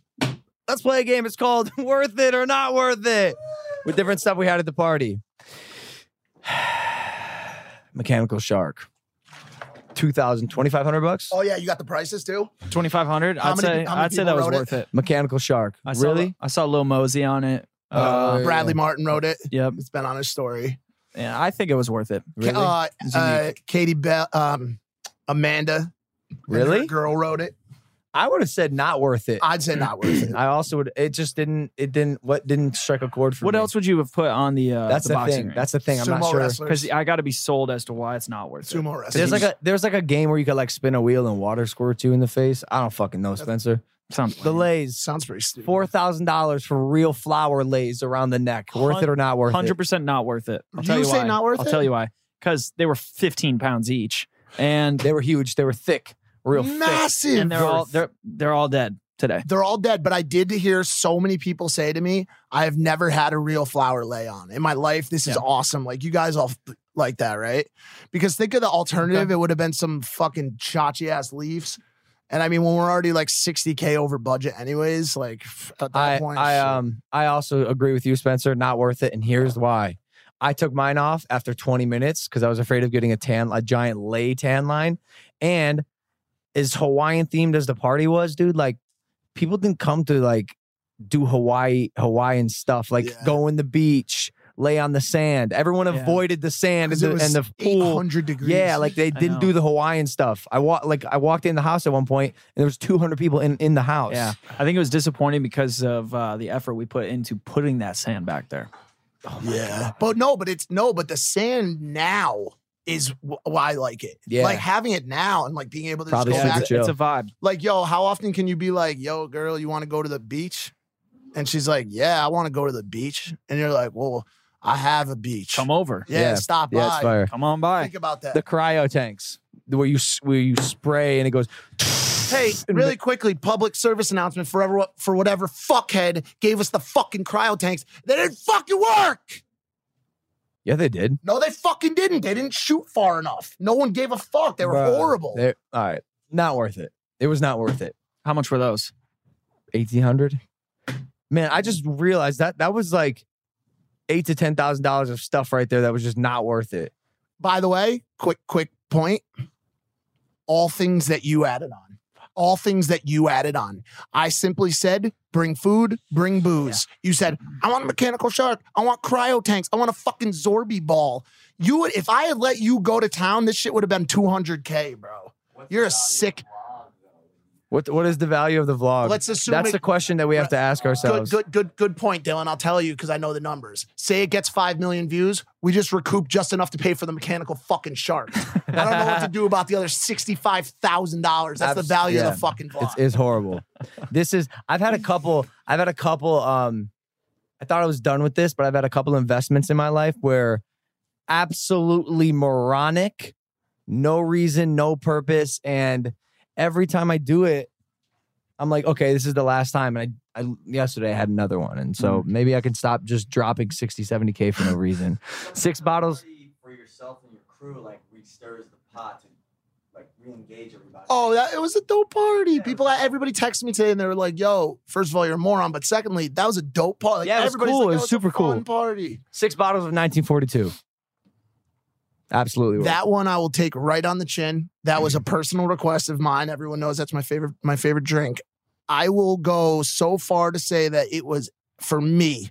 let's play a game. It's called Worth It or Not Worth It with different stuff we had at the party. Mechanical Shark, 2,000, 2,500 bucks. Oh yeah, you got the prices too. 2,500. How many- I'd say, how many I'd say people that was wrote it? worth it. Mechanical Shark, I saw, really? I saw Lil Mosey on it. Uh, Uh, Bradley Martin wrote it. Yep. It's been on his story. Yeah, I think it was worth it. Ca- Uh, It's uh, Katie Bell, um, Amanda, and her Really? girl wrote it. I would have said not worth it. I'd say not worth it. I also would. It just didn't. It didn't. What didn't strike a chord for What me. else would you have put on the? Uh, That's the, the, boxing thing. That's the thing. I'm not Sumo sure. wrestlers. because I got to be sold as to why it's not worth it. Sumo wrestlers. There's like a there's like a game where you could like spin a wheel and water squirt you in the face. I don't fucking know, Spencer. Sounds The lays. sounds pretty stupid. Four thousand dollars for real flower lays around the neck. Worth it or not worth hundred it? percent not worth it. I'll You tell you say why. not worth I'll it? tell you why. Because they were fifteen pounds each, and They were huge. They were thick. Real thick. massive. and they're all they're they're all dead today. they're all dead. But I did hear so many people say to me, I have never had a real flower lay on in my life. This is awesome. Like you guys all f- like that, right? Because think of the alternative. It would have been some fucking chachi ass Leafs. And I mean, when we're already like 60k over budget, anyways, like f- at that I point, I um I also agree with you, Spencer. Not worth it. And here's why. I took mine off after 20 minutes because I was afraid of getting a tan, a giant lay tan line. And as Hawaiian themed as the party was, dude, like people didn't come to like do Hawaii Hawaiian stuff, like Yeah. go in the beach, lay on the sand. Everyone Yeah. avoided the sand and 'Cause the, it was and the pool. 800 degrees. Yeah, like they I didn't know. do the Hawaiian stuff. I walked like I walked in the house at one point and there was 200 people in in the house. Yeah, I think it was disappointing because of uh, the effort we put into putting that sand back there. yeah. But no, but it's no, but the sand now is wh- why I like it. Yeah. Like having it now and like being able to just Probably go super back it's, a- it's a vibe. like, yo, how often can you be like, yo, girl, you want to go to the beach? And she's like, yeah, I want to go to the beach. And you're like, well, I have a beach. Come over. yeah, Yeah. stop Yeah, it's by. fire. Come on by. Think about that. the cryo tanks where you s- where you spray and it goes. hey, really quickly, public service announcement for ever, for whatever fuckhead gave us the fucking cryo tanks. They didn't fucking work. Yeah, they did. No, they fucking didn't. They didn't shoot far enough. No one gave a fuck. They were Bruh. horrible. They're- all right, not worth it. It was not worth it. How much were those? Eighteen hundred. Man, I just realized that that was like eight to ten thousand dollars of stuff right there that was just not worth it. By the way, quick, quick point. All things that you added on. All things that you added on. I simply said, bring food, bring booze. You said, I want a mechanical shark. I want cryo tanks. I want a fucking Zorby ball. You would, if I had let you go to town, this shit would have been 200K, bro. You're a sick, What what is the value of the vlog? Let's assume that's it- the question that we have to ask good, ourselves. good, good, good point, Dylan. I'll tell you because I know the numbers. Say it gets 5 million views. We just recoup just enough to pay for the mechanical fucking shark. I don't know what to do about the other $65,000. That's the Abs- value yeah. of the fucking vlog. It's, it's horrible. this is I've had a couple I've had a couple um I thought I was done with this, but I've had a couple investments in my life where absolutely moronic, no reason, no purpose and every time I do it I'm like, okay, this is the last time and I, I yesterday I had another one and so Mm. maybe I can stop just dropping 60 70k for no reason. Six bottles for yourself and your crew like restirs the pot to like re-engage everybody. Oh, that it was a dope party. People, everybody texted me today, and they were like, "Yo, first of all, you're a moron, but secondly, that was a dope party." Like, Yeah, it was everybody's cool. It like, "Yo, was it's a super cool." fun party. six bottles of 1942. Absolutely. Mm-hmm. worth it. That one I will take right on the chin. That was a personal request of mine. Everyone knows that's my favorite, my favorite drink. I will go so far to say that it was for me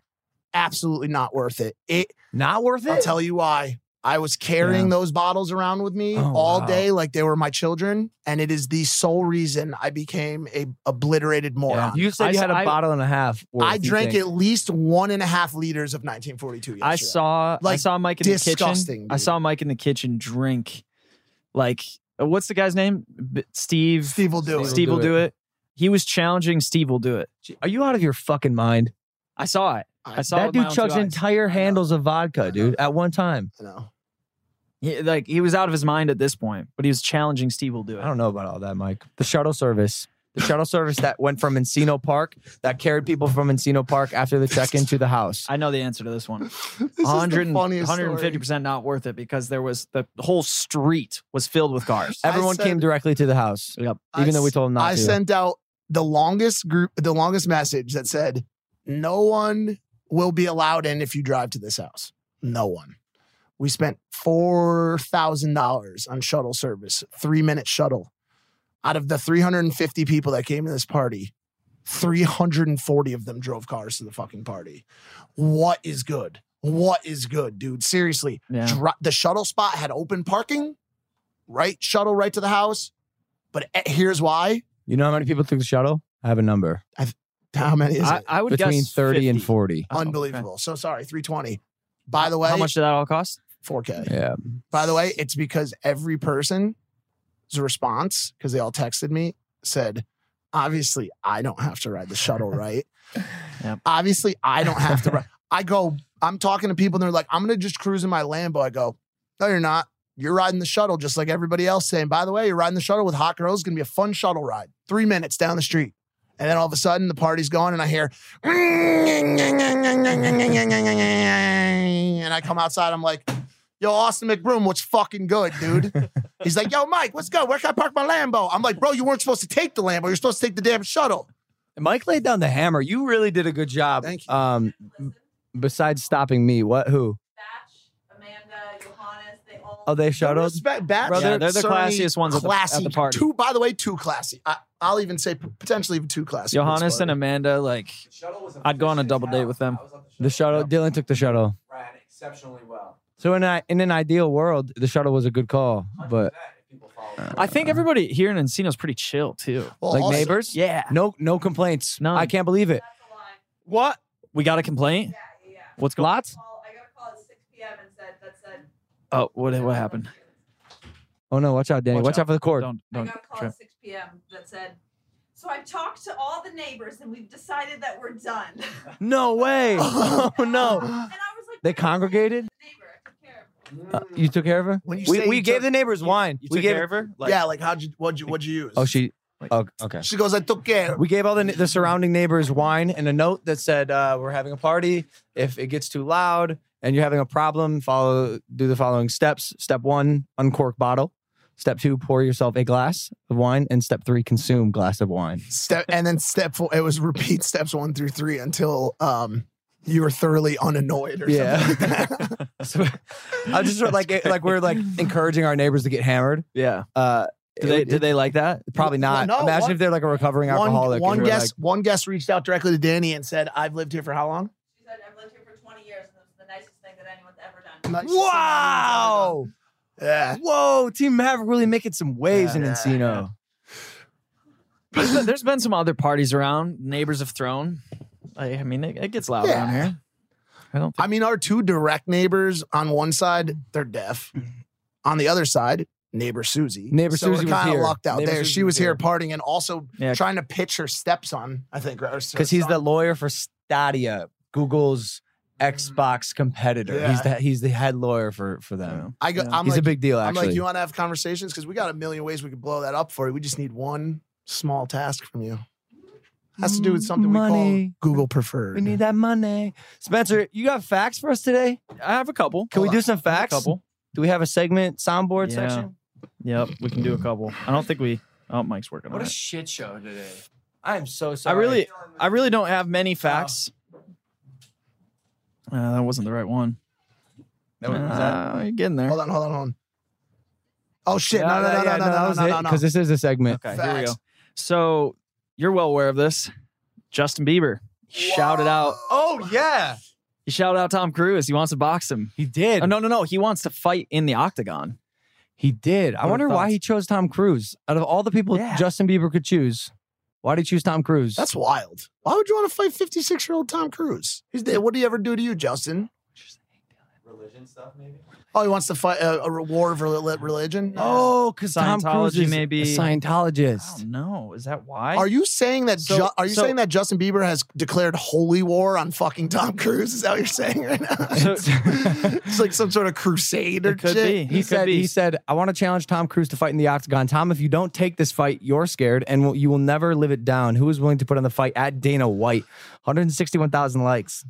absolutely not worth it. It Not worth I'll it. tell you why. I was carrying those bottles around with me Oh, all wow. day like they were my children, and it is the sole reason I became a obliterated moron. You said I you s- had a I- bottle and a half. worth, I you drank think. at least one and a half liters of 1942 yesterday. I saw I Like, saw Mike in the disgusting, kitchen. I dude. saw Mike in the kitchen drink like uh, what's the guy's name? B- Steve Steve will do it. Steve will do it. He was challenging Steve will do it. Are you out of your fucking mind? I saw it. I saw it That with my dude own chugs two eyes. entire handles of vodka, dude, at one time. You know. He- like he was out of his mind at this point, but he was challenging Steve will do I it. don't know about all that, Mike. The shuttle service. The shuttle service that went from Encino Park, that carried people from Encino Park after the check in to the house. I know the answer to this one. the 100, funniest story. 150% not worth it because there was the whole street was filled with cars. Everyone said- came directly to the house, yep. I even though we s- told them not I to. sent out the longest group, the longest message that said, "No one will be allowed in if you drive to this house. No one." We spent four thousand dollars on shuttle service, three minute shuttle. Out of the three hundred and fifty people that came to this party, three hundred and forty of them drove cars to the fucking party. What is good? What is good, dude? Seriously, Yeah. dri- the shuttle spot had open parking, right? Shuttle right to the house. But eh, here's why You know how many people took the shuttle? I have a number. How many is I, it? I would Between guess 30 and 50. 40. Oh, okay. Unbelievable. So sorry, 320. By the way, How much did that all cost? 4K. Yeah. By the way, it's because every person's response, because they all texted me, said, obviously, I don't have to ride the shuttle, right? Yep. Obviously, I don't have to ride. I go, I'm talking to people and they're like, I'm going to just cruise in my Lambo. I go, no, you're not. You're riding the shuttle just like everybody else saying, by the way, you're riding the shuttle with hot girls. It's going to be a fun shuttle ride. Three minutes down the street. And then all of a sudden the party's going and I hear, and I come outside. I'm like, yo, Austin McBroom, what's fucking good, dude? He's like, yo, Mike, what's good? Where can I park my Lambo? I'm like, bro, you weren't supposed to take the Lambo. You're supposed to take the damn shuttle. Mike laid down the hammer. You really did a good job. Thank you. Um, besides stopping me, what? Who? Oh, they shuttled. Respect, Batch, Brother, Yeah, they're the certainly classiest ones at the- at classy, the party. Two, by the way, two classy. I, I'll even say p- potentially even two classy. Johannes and That's Amanda, like I'd go on a double date with them. The shuttle. Dylan took the shuttle. ran exceptionally well. So in a, in an ideal world, the shuttle was a good call, but I think everybody here in Encino's pretty chill too. Well, like also- neighbors, Yeah. no no complaints. None. I can't believe it. What? We got a complaint? What's going Lots. Oh, what what happened? Oh no! Watch out, Danny. Watch, Watch out. out. for the cord. Don't I don't got a call trip. at 6 p.m. that said, so I've talked to all the neighbors and we've decided that we're done. and No way. oh no. I was like, They congregated. "The neighbor, I took care of her." Uh, you took care of her. When you we say we you gave took- the neighbors wine. You we took gave. care of her? Like, yeah, like how'd you what'd you what'd you use? Oh, she. oh, okay. She goes, I took care. We gave all the, the surrounding neighbors wine and a note that said, uh, "We're having a party. If it gets too loud and you're having a problem, follow do the following steps. Step one, uncork bottle. Step two, pour yourself a glass of wine, and step three, consume glass of wine. Step and then step four. It was repeat steps one through three until um you were thoroughly unannoyed or Yeah. something. like that. So, I just sort of like like we're like encouraging our neighbors to get hammered. yeah. Uh, Did they did they like that? Probably not. No, Imagine one- if they're like a recovering one alcoholic. and one we're guest one guest reached out directly to Danny and said, I've lived here for how long? She said, I've lived here for 20 years and it's the nicest thing that anyone's ever done. Nice. like, wow. Yeah. Whoa, Team Maverick really making some waves in Yeah. Encino. There's been, there's been some other parties around. Neighbors have thrown. I, I mean, it, it gets loud Yeah. around here. I don't. Think, I mean, our two direct neighbors on one side, they're deaf. On the other side, neighbor Susie. Neighbor so Susie we're was kinda here. locked out Neighbor there. Susie she was was here here. partying and also Yeah. trying to pitch her stepson, I think, because he's the lawyer for Stadia, Google's Xbox competitor. He's the he's the head lawyer for for them. I go, I'm he's like, a big deal, I'm actually. like, you want to have conversations because we got a million ways we could blow that up for you. We just need one small task from you. Has to do with something Money. we call Google Preferred. we need that money, Spencer. You got facts for us today? I have a couple. Can Hold we do on. some facts? couple. Do we have a segment soundboard Yeah. section? Yep, we can do a couple. I don't think we. Oh, Mike's working on it. shit show today! I am so I sorry. Oh. really, I really don't have many facts. Uh, that wasn't the right one. That was- was that- Uh, you're getting there. Hold on, hold on, hold on. Oh shit! Yeah, No, no, no, yeah, no, no, no, no, no, no. Because this is a segment. Okay, here we Facts. go. So you're well aware of this. Justin Bieber shouted out. Oh yeah, He shouted out Tom Cruise. He wants to box him. he did. Oh, no, no, no. He wants to fight in the octagon. He did. I What are wonder why thoughts? he chose Tom Cruise. Out of all the people Yeah. Justin Bieber could choose, why did he choose Tom Cruise? That's wild. Why would you want to fight 56 year old Tom Cruise? He's dead. What did he ever do to you, Justin? Religion stuff, maybe. Oh, he wants to fight a, a war of rel- religion. Oh, because Tom Cruise Scientology is maybe- Oh, a Scientologist. No, is that why? Are you saying that? So- Ju- are you so- saying that Justin Bieber has declared holy war on fucking Tom Cruise? Is that what you're saying right now? So- it's like some sort of crusade or it could shit. be. It He could said, be. he said, I want to challenge Tom Cruise to fight in the octagon. Tom, if you don't take this fight, you're scared and will- you will never live it down. Who is willing to put on the fight at Dana White? 161,000 likes.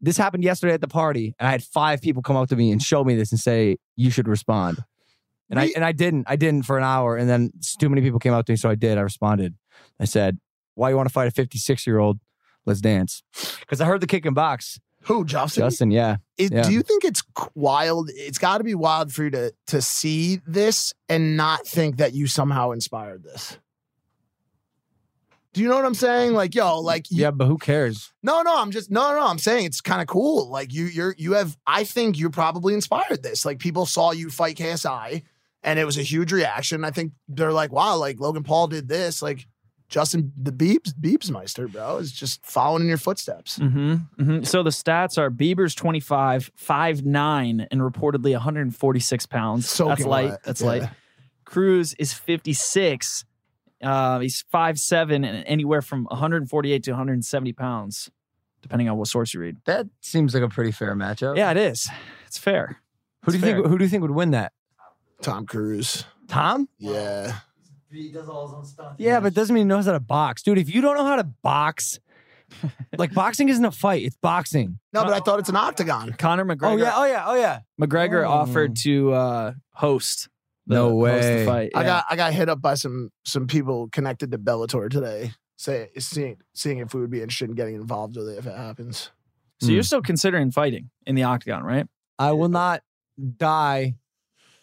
This happened yesterday at the party, and I had five people come up to me and show me this and say, You should respond. And I We- and I didn't. I didn't for an hour. And then s- too many people came up to me, so I did. I responded. I said, Why you want to fight a 56 year old? Let's dance. Because I heard the kick and box. Who, Justin? Justin, yeah. It- yeah. Do you think it's qu- wild? It's got to be wild for you to to see this and not think that you somehow inspired this. Do you know what I'm saying? Like, yo, like, you- Yeah, but who cares? No, no, I'm just no, no. I'm saying it's kind of cool. Like you, you're, you have. I think you probably inspired this. Like people saw you fight KSI, and it was a huge reaction. I think they're like, wow, like Logan Paul did this. Like Justin the Beebs Beebsmeister, bro, is just following in your footsteps. Mm-hmm, hmm So the stats are Bieber's 25, 5'9, and reportedly 146 pounds. Soaking That's light. wet, That's yeah. light. Cruz is 56. Uh, he's 5'7 and anywhere from 148 to 170 pounds, depending on what source you read. That seems like a pretty fair matchup. Yeah, it is. It's fair. Who do you it's think? fair. Who do you think would win that? Tom Cruise. Tom? Yeah. He does all his own stuff. Yeah, but doesn't mean he knows how to box, dude. If you don't know how to box, like boxing isn't a fight; it's boxing. No, but I thought it's an octagon. Conor McGregor. Oh yeah, oh yeah, oh yeah. McGregor Oh. offered to uh, host. The, No Host way. the fight. I yeah. got I got hit up by some some people connected to Bellator today. Say seeing seeing if we would be interested in getting involved with it if it happens. so you're still considering fighting in the octagon, right? I will not die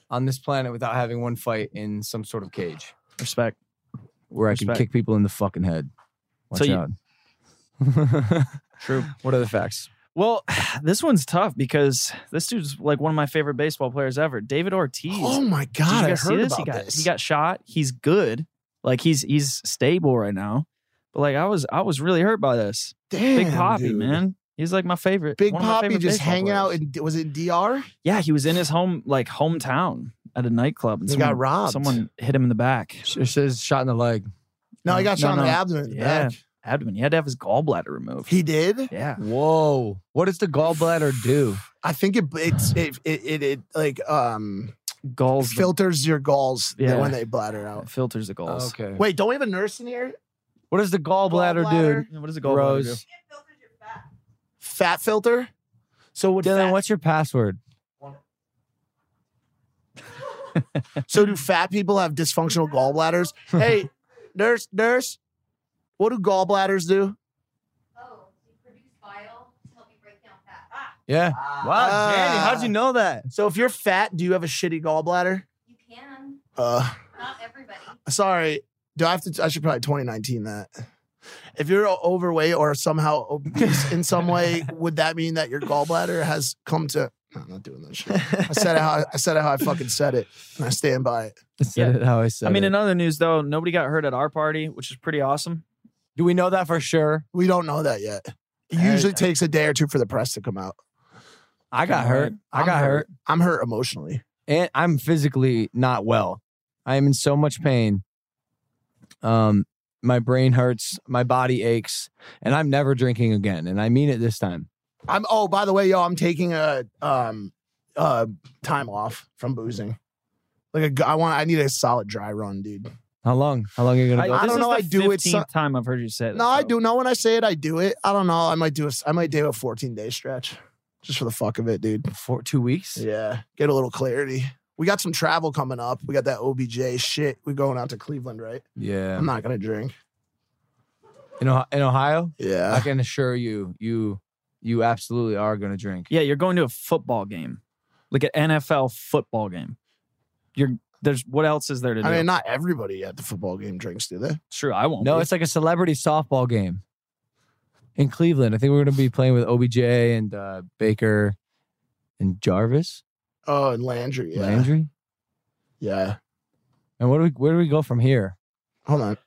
on this planet without having one fight in some sort of cage Respect. where I Respect. can kick people in the fucking head. Watch So you- out. True. what are the facts? Well, this one's tough because this dude's like one of my favorite baseball players ever, David Ortiz. Oh my Did you god, I guys see heard He about got, this. He got shot. He's good. Like he's he's stable right now. But like I was I was really hurt by this. Damn, Big Poppy, dude. man. He's like my favorite. Big one of my Poppy favorite just baseball hanging out players. in was it DR? yeah, he was in his home like hometown at a nightclub and He someone, got robbed. Someone hit him in the back. It says shot in the leg. No, he got No, shot in the no. abdomen. in the Yeah. back. Abdomen. He had to have his gallbladder removed. He did. yeah. Whoa! What does the gallbladder do? I think it it's it it, it, it like um Galls the- filters your galls Yeah. when they bladder out. filters the galls. Okay. Wait, don't we have a nurse in here? What does the gallbladder, do? Gallbladder? What does a gallbladder do? Rose. It filters your fat. Fat filter. So what? Dylan, fat- what's your password? So do fat people have dysfunctional gallbladders? hey, nurse, nurse, what do gallbladders do? Oh, you produce bile to help you break down fat. Ah, Yeah. Wow, Danny, how'd you know that? So if you're fat, do you have a shitty gallbladder? you can. Uh, Not everybody. sorry. Do I have to? I should probably 2019 that. If you're o- overweight or somehow obese in some way, would that mean that your gallbladder has come to? No, I'm not doing that shit. I said it how I said it how I fucking said it, and I stand by it. I said Yeah. it how I said I mean, it. in other news though, nobody got hurt at our party, which is pretty awesome. do we know that for sure? We don't know that yet. It I- usually takes a day or two for the press to come out. I got Alright. hurt. I I'm got hurt. I'm hurt emotionally. and I'm physically not well. I am in so much pain. Um, my brain hurts, my body aches, and I'm never drinking again. And I mean it this time. I'm oh by the way, yo, I'm taking a um uh time off from boozing. Like a g- I want I need a solid dry run, dude. How long? How long are you gonna go? I this don't is know, the I do it 15th some- time I've heard you say that. No, I so- do know when I say it, I do it. I don't know. I might do a s- I might do a 14 day stretch just for the fuck of it, dude. For two weeks? Yeah, get a little clarity. We got some travel coming up. We got that OBJ shit. We're going out to Cleveland, right? Yeah. I'm not gonna drink. In, Ohio, in Ohio, I Yeah, can assure you, you, you absolutely are gonna drink. Yeah, you're going to a football game, like an NFL football game. You're there's what else is there to do? I mean, not everybody at the football game drinks, do they? it's true. I won't. No, be. it's like a celebrity softball game in Cleveland. I think we're gonna be playing with OBJ and uh, Baker and Jarvis Oh, and Landry, yeah, Landry. yeah. And what do we? Where do we go from here? Hold on.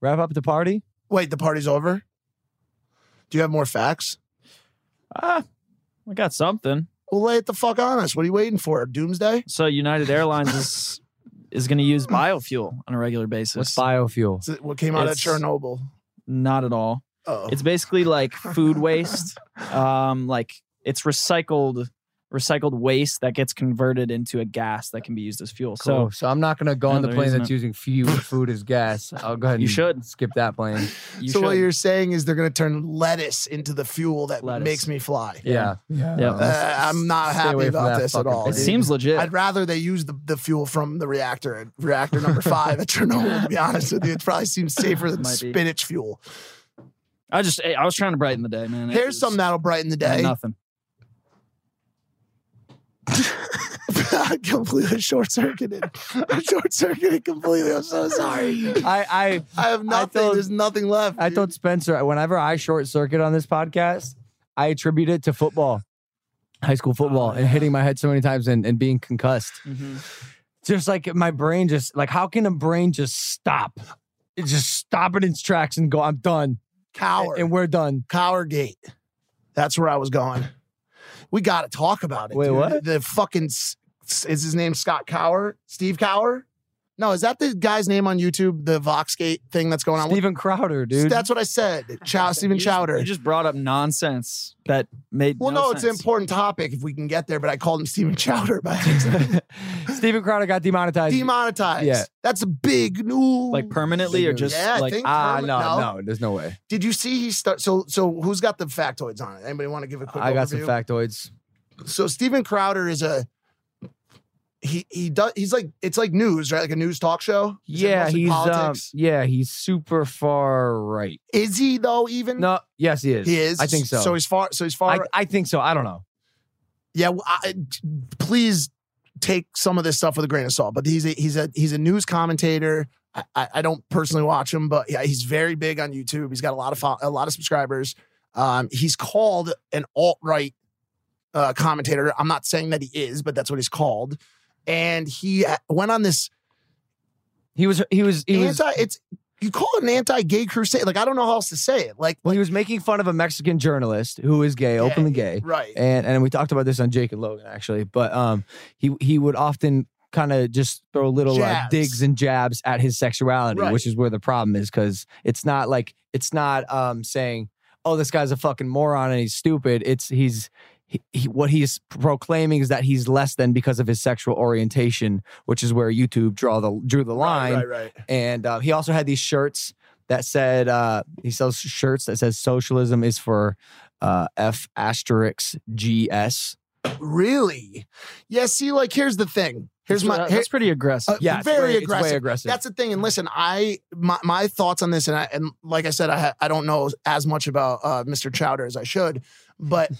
Wrap up the party. Wait, the party's over. Do you have more facts? ah, I got something. Well, lay it the fuck on us. What are you waiting for? Doomsday? So United Airlines is is going to use biofuel on a regular basis. What's biofuel? Is it what came out It's- of Chernobyl? Not at all. Oh, It's basically like food waste. Um, like it's recycled recycled waste that gets converted into a gas that can be used as fuel. Cool. So, so I'm not gonna go on No, the there plane isn't that's it. using few food as gas. I'll go ahead. You and should. skip that plane. So you so what should- you're saying is they're going to turn lettuce into the fuel that Lettuce. makes me fly. Yeah, yeah. Yeah. Uh, I'm not Stay happy away from about that this at fucking all. it thing. dude. seems legit. I'd rather they use the, the fuel from the reactor at reactor number five at Chernobyl. To be honest with you, it probably seems safer than Might be. spinach fuel. I just I was trying to brighten the day, man. It Here's was- something that'll brighten the day. Nothing. completely short circuited. short circuited completely. I'm so sorry. I, I have nothing. told- There's nothing left. I I dude. told Spencer whenever I short circuit on this podcast, I attribute it to football, high school football, and hitting my head so many times and, and being Mm-hmm. concussed. Just like my brain, just like how can a brain just stop? It's just stop it in its tracks and go, I'm done. Coward. And we're done. Cowergate. That's where I was going. We got to talk about it. Wait, dude. what? The fucking s- s- is his name Scott Cower? Steve Cower? No, is that the guy's name on YouTube? The Voxgate thing that's going on. Steven Crowder, dude. That's what I said. Chow Steven You just- Chowder. You just brought up nonsense that made well, no, it's an sense. important topic if we can get there. But I called him Steven Chowder by accident. Steven Crowder got demonetized. demonetized. Yeah. that's a big news. Like permanently or just Yeah, I like think ah, perma- no, no, there's no way. Did you see he start? So, so who's got the factoids on it? Anybody want to give a quick? I got some overview? factoids. so Steven Crowder is a he he does he's like it's like news right like a news talk show Is it yeah, mostly he's um, politics yeah, he's super far right. is he though even No, yes, he is. he is I think so. so he's far so he's far I, I think so. I don't know. yeah well, I, please take some of this stuff with a grain of salt but he's a he's a he's a news commentator I- I, I don't personally watch him but yeah he's very big on YouTube he's got a lot of fol- a lot of subscribers um he's called an alt right uh, commentator. I'm not saying that he is, but that's what he's called. And he uh, went on this He was he was he was anti. It's you call it an anti-gay crusade. Like I don't know how else to say it. Like well, he was making fun of a Mexican journalist who is gay, openly gay. right. and and we talked about this on Jake and Logan actually, but um, he he would often kind of just throw little uh, Jabs. digs and jabs at his sexuality, Right. which is where the problem is because it's not like it's not um saying, oh, this guy's a fucking moron and he's stupid. It's he's. He, he, what he's proclaiming is that he's less than because of his sexual orientation, which is where YouTube draw the drew the line. Right. Right. And uh, he also had these shirts that said uh, he sells shirts that says socialism is for uh, F asterisk GS. Really? Yeah. See, like here's the thing. Here's my. That's- here- that's pretty aggressive. uh, Yeah, it's very way- it's way aggressive. aggressive. That's the thing. And listen, I my, my thoughts on this, and I, and like I said, I ha- I don't know as much about uh, Mr. Chowder as I should, but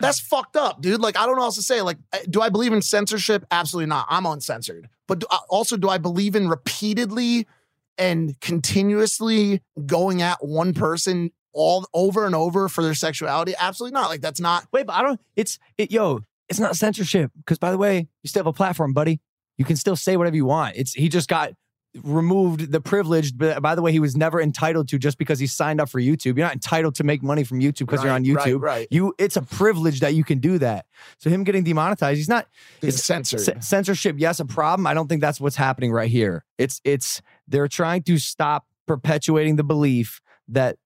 that's fucked up, dude. Like I don't know what else to say. Like, I- do I believe in censorship? Absolutely not. I'm uncensored. But do, uh, also, do I believe in repeatedly and continuously going at one person all over and over for their sexuality? Absolutely not. Like that's not. Wait, but I don't. It's it, yo. It's not censorship because, by the way, you still have a platform, buddy. You can still say whatever you want. It's he just got removed the privilege. But by the way, he was never entitled to just because he signed up for YouTube. You're not entitled to make money from YouTube because you're Right, on right, YouTube. right. You, it's a privilege that you can do that. So him getting demonetized, he's not. It's censored. C- censorship, yes, a problem. I don't think that's what's happening right here. It's it's they're trying to stop perpetuating the belief that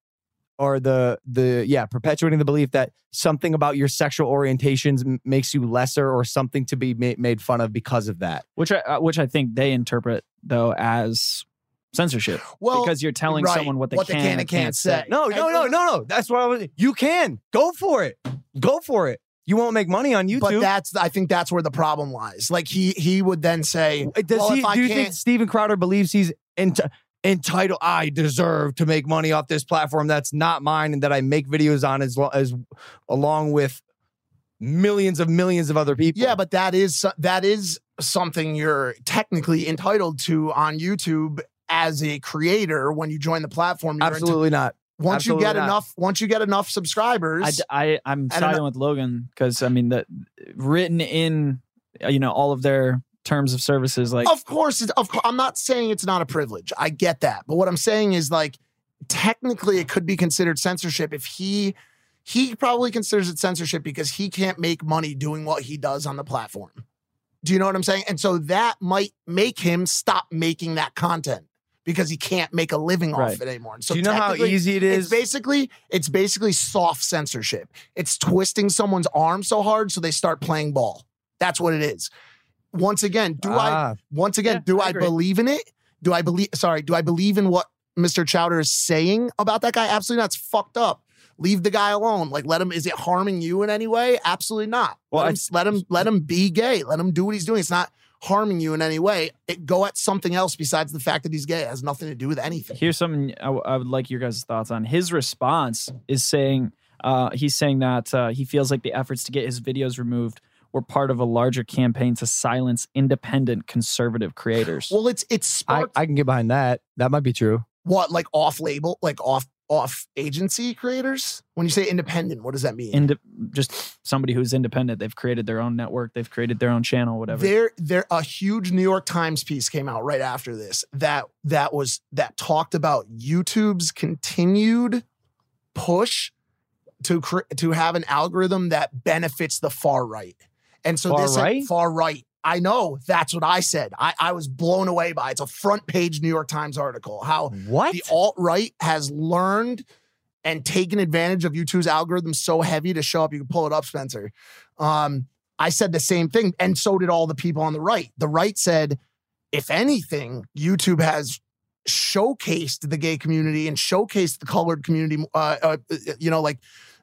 or the the yeah perpetuating the belief that something about your sexual orientations m- makes you lesser or something to be ma- made fun of because of that. which I uh, which I think they interpret though as censorship well, because you're telling right, someone what they what they can, can and and can't say. No, no, no, no, no. That's what I was. You can go for it. Go for it. You won't make money on YouTube. But that's I think that's where the problem lies. Like he he would then say, Does well, he, if I do you can't, think Steven Crowder believes he's ent- entitled? I deserve to make money off this platform that's not mine, and that I make videos on as lo- as along with millions of millions of other people. yeah, but that is so- that is something you're technically entitled to on YouTube as a creator when you join the platform. You're enti- absolutely not. once absolutely you get not. enough, once you get enough subscribers, I, d- I I'm don't siding with Logan because I mean the written in uh, you know all of their terms of services like of course, it's, of course, I'm not saying it's not a privilege. I get that, but what I'm saying is like technically it could be considered censorship if he he probably considers it censorship because he can't make money doing what he does on the platform. Do you know what I'm saying? And so that might make him stop making that content because he can't make a living off Right. it anymore. And so Do you know how technically, easy it is? It's basically it's basically soft censorship. It's twisting someone's arm so hard so they start playing ball. That's what it is. Once again, do I Ah, once again, Yeah, do I I, agree. believe in it? Do I believe? Sorry, do I believe in what Mr. Chowder is saying about that guy? Absolutely not. It's fucked up. Leave the guy alone. Like, let him. Is it harming you in any way? Absolutely not. Well, let, I- him, let him. Let him be gay. Let him do what he's doing. It's not harming you in any way. It, go at something else besides the fact that he's gay. It has nothing to do with anything. here's something I, w- I would like your guys' thoughts on. His response is saying uh, he's saying that uh, he feels like the efforts to get his videos removed were part of a larger campaign to silence independent conservative creators. Well, it's it's I, sparked I can get behind that. That might be true. what like off label, like off off agency creators? When you say independent, what does that mean? Inde- just somebody who's independent. They've created their own network. They've created their own channel. Whatever. There, there, a huge New York Times piece came out right after this that that was that talked about YouTube's continued push to cre- to have an algorithm that benefits the far right, and so Far this right? far right. I know that's what I said. I, I was blown away by it. it's a front page New York Times article how What? the alt right has learned and taken advantage of YouTube's algorithm so heavy to show up. You can pull it up, Spencer. Um, I said the same thing, and so did all the people on the right. The right said, if anything, YouTube has showcased the gay community and showcased the colored community. Uh, uh, you know, like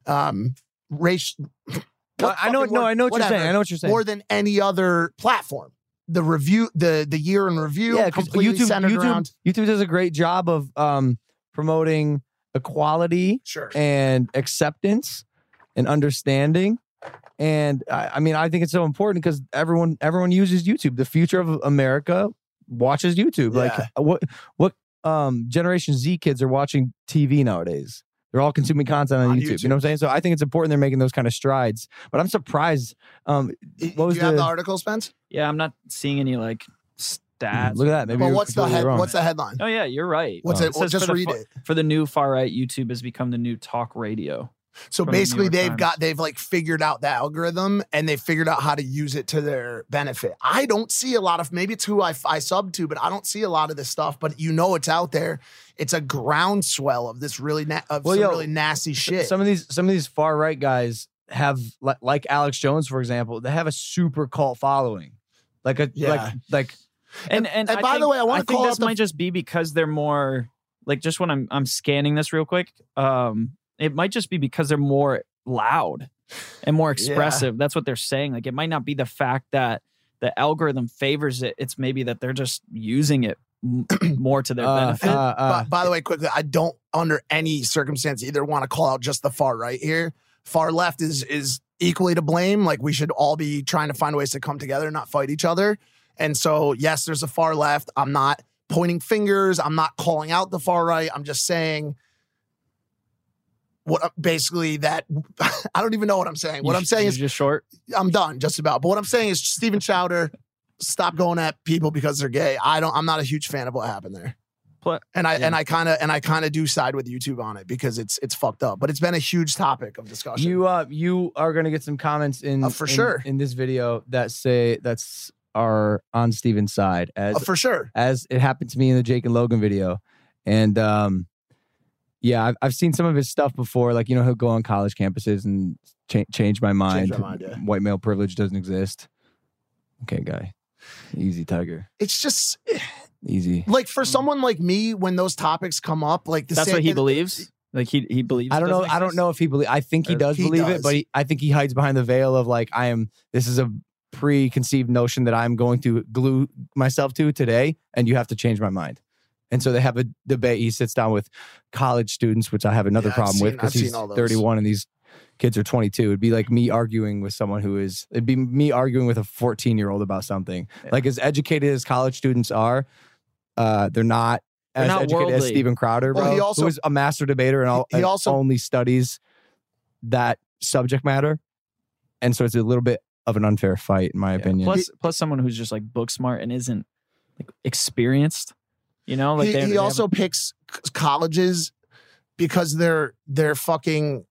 um, race. Well, I know. fucking No, word- I know what whatever you're saying. I know what you're saying. more than any other platform. The review, the the year in review, 'cause completely centered YouTube, around YouTube does a great job of um, promoting equality sure. and acceptance and understanding. And I, I mean, I think it's so important because everyone everyone uses YouTube. The future of America watches YouTube. Like uh, Yeah. what what um, Generation Z kids are watching TV nowadays. They're all consuming content on, On YouTube, You know what I'm saying? So I think it's important they're making those kind of strides. But I'm surprised. Um, Do what was you have the- the article, Spence? yeah, I'm not seeing any like stats. look at that. Maybe Well, you're what's the completely head, wrong. what's the headline? Oh yeah, you're right. What's Wow. it? Well, says just for the read fu- it. For the new far right, YouTube has become the new talk radio. So from the New basically, York they've Times. got they've like figured out the algorithm and they figured out how to use it to their benefit. I don't see a lot of maybe it's who I, I sub to, but I don't see a lot of this stuff. But you know, it's out there. It's a groundswell of this really na- of Well, some yo, really nasty shit. Some of these some of these far right guys have li- like Alex Jones, for example, they have a super cult following. Like a Yeah. like like And and, and I by the think- way, I wanna think call this out the- might just be because they're more like just when I'm I'm scanning this real quick. Um, it might just be because they're more loud and more expressive. That's what they're saying. Like it might not be the fact that the algorithm favors it. It's maybe that they're just using it m- more to their uh, benefit. uh, uh, But by the way, quickly, I don't under any circumstance either want to call out just the far right here. Far left is is equally to blame. Like we should all be trying to find ways to come together, not fight each other. And so, yes, there's a far left. I'm not pointing fingers. I'm not calling out the far right. I'm just saying what basically that I don't even know what I'm saying. What You I'm sh- saying you is just short. I'm done just about. But what I'm saying is Steven Chowder, stop going at people because they're gay. I don't I'm not a huge fan of what happened there. Pla- and I yeah. and I kind of and I kind of do side with YouTube on it because it's it's fucked up, but it's been a huge topic of discussion. you uh you are gonna get some comments in Uh, for in- sure. in this video that say that's are on Steven's side as Uh, for sure. as it happened to me in the Jake and Logan video. And um, yeah, I've, I've seen some of his stuff before. Like, you know, he'll go on college campuses and cha- change my mind. my mind, yeah. White male privilege doesn't exist. Okay, guy. Easy, Tiger. It's just Easy. like for someone like me when those topics come up, like the That's same, what he and- believes. Like he he believes. I it don't know. doesn't I don't exist? know if he believe. I think he Or- does He believe does. it, but he, I think he hides behind the veil of like I am. This is a preconceived notion that I'm going to glue myself to today, and you have to change my mind. And so they have a debate. He sits down with college students, which I have another Yeah, I've problem with seen- because I've seen he's all those. 31 and these kids are 22. It'd be like me arguing with someone who is. It'd be me arguing with a 14 year old about something. Like as educated as college students are, uh, they're not. They're as not educated as worldly. Stephen Crowder, Well, he bro, also- who is a master debater and, all, He- he and also- only studies that subject matter. And so it's a little bit of an unfair fight, in my Yeah. opinion. Plus, plus someone who's just like book smart and isn't like experienced. You know, like he, they- he they have- also picks c- colleges because they're they're fucking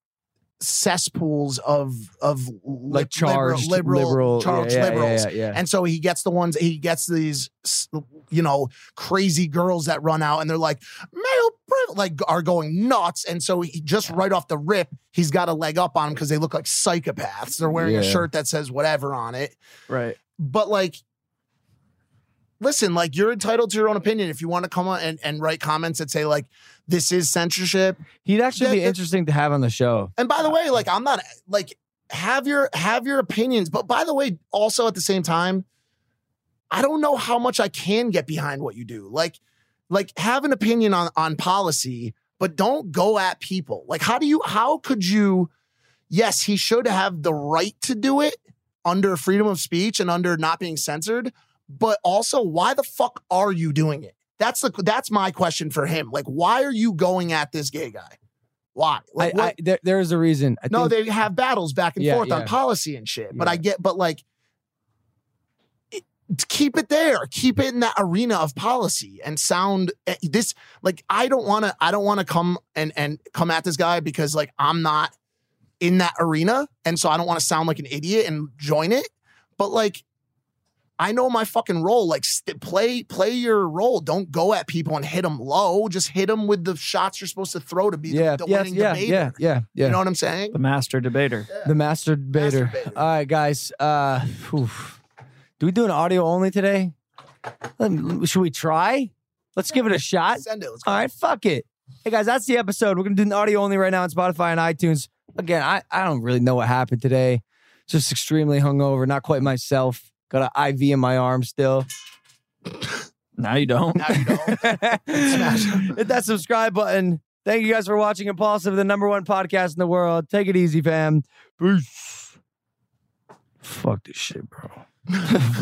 cespools of of like charged liberal, liberal charged yeah, yeah, liberals. Yeah, yeah, yeah. And so he gets the ones, he gets these, s- you know, crazy girls that run out and they're like, male, priv-" like are going nuts. And so he just right off the rip, he's got a leg up on them because they look like psychopaths. They're wearing a Yeah. shirt that says whatever on it. right. But like, listen, like you're entitled to your own opinion. If you want to come on and, and write comments that say like, this is censorship, He'd actually that- be that- interesting to have on the show. and by the way, like I'm not like have your have your opinions, but by the way, also at the same time, I don't know how much I can get behind what you do. Like like have an opinion on on policy, but don't go at people. Like how do you how could you yes, he should have the right to do it under freedom of speech and under not being censored, but also why the fuck are you doing it? That's the that's my question for him. Like why are you going at this gay guy? Why? I, Like, what- I, there, there is a reason. I no, think, they have battles back and Yeah, forth on yeah. policy and shit. But Yeah. I get, but like, it, keep it there, keep it in that arena of policy and sound. eh, This, like, I don't want to, I don't want to come and and come at this guy because like I'm not in that arena, and so I don't want to sound like an idiot and join it. But like, I know my fucking role. Like, st- play play your role. Don't go at people and hit them low. Just hit them with the shots you're supposed to throw to be the- yeah, the, yes, winning yeah, debater. yeah, yeah, yeah. You know what I'm saying? the master debater. the master debater. debater. All right, guys. Uh, oof. do we do an audio only today? Um, Should we try? Let's give it a shot. Send it. Let's go. All right, fuck it. Hey guys, that's the episode. We're gonna do an audio only right now on Spotify and iTunes. Again, I, I don't really know what happened today. Just extremely hungover, not quite myself. Got an IV in my arm still. Now you don't. Now you know. Hit that subscribe button. Thank you guys for watching Impulsive, the number one podcast in the world. Take it easy, fam. Peace. Fuck this shit, bro.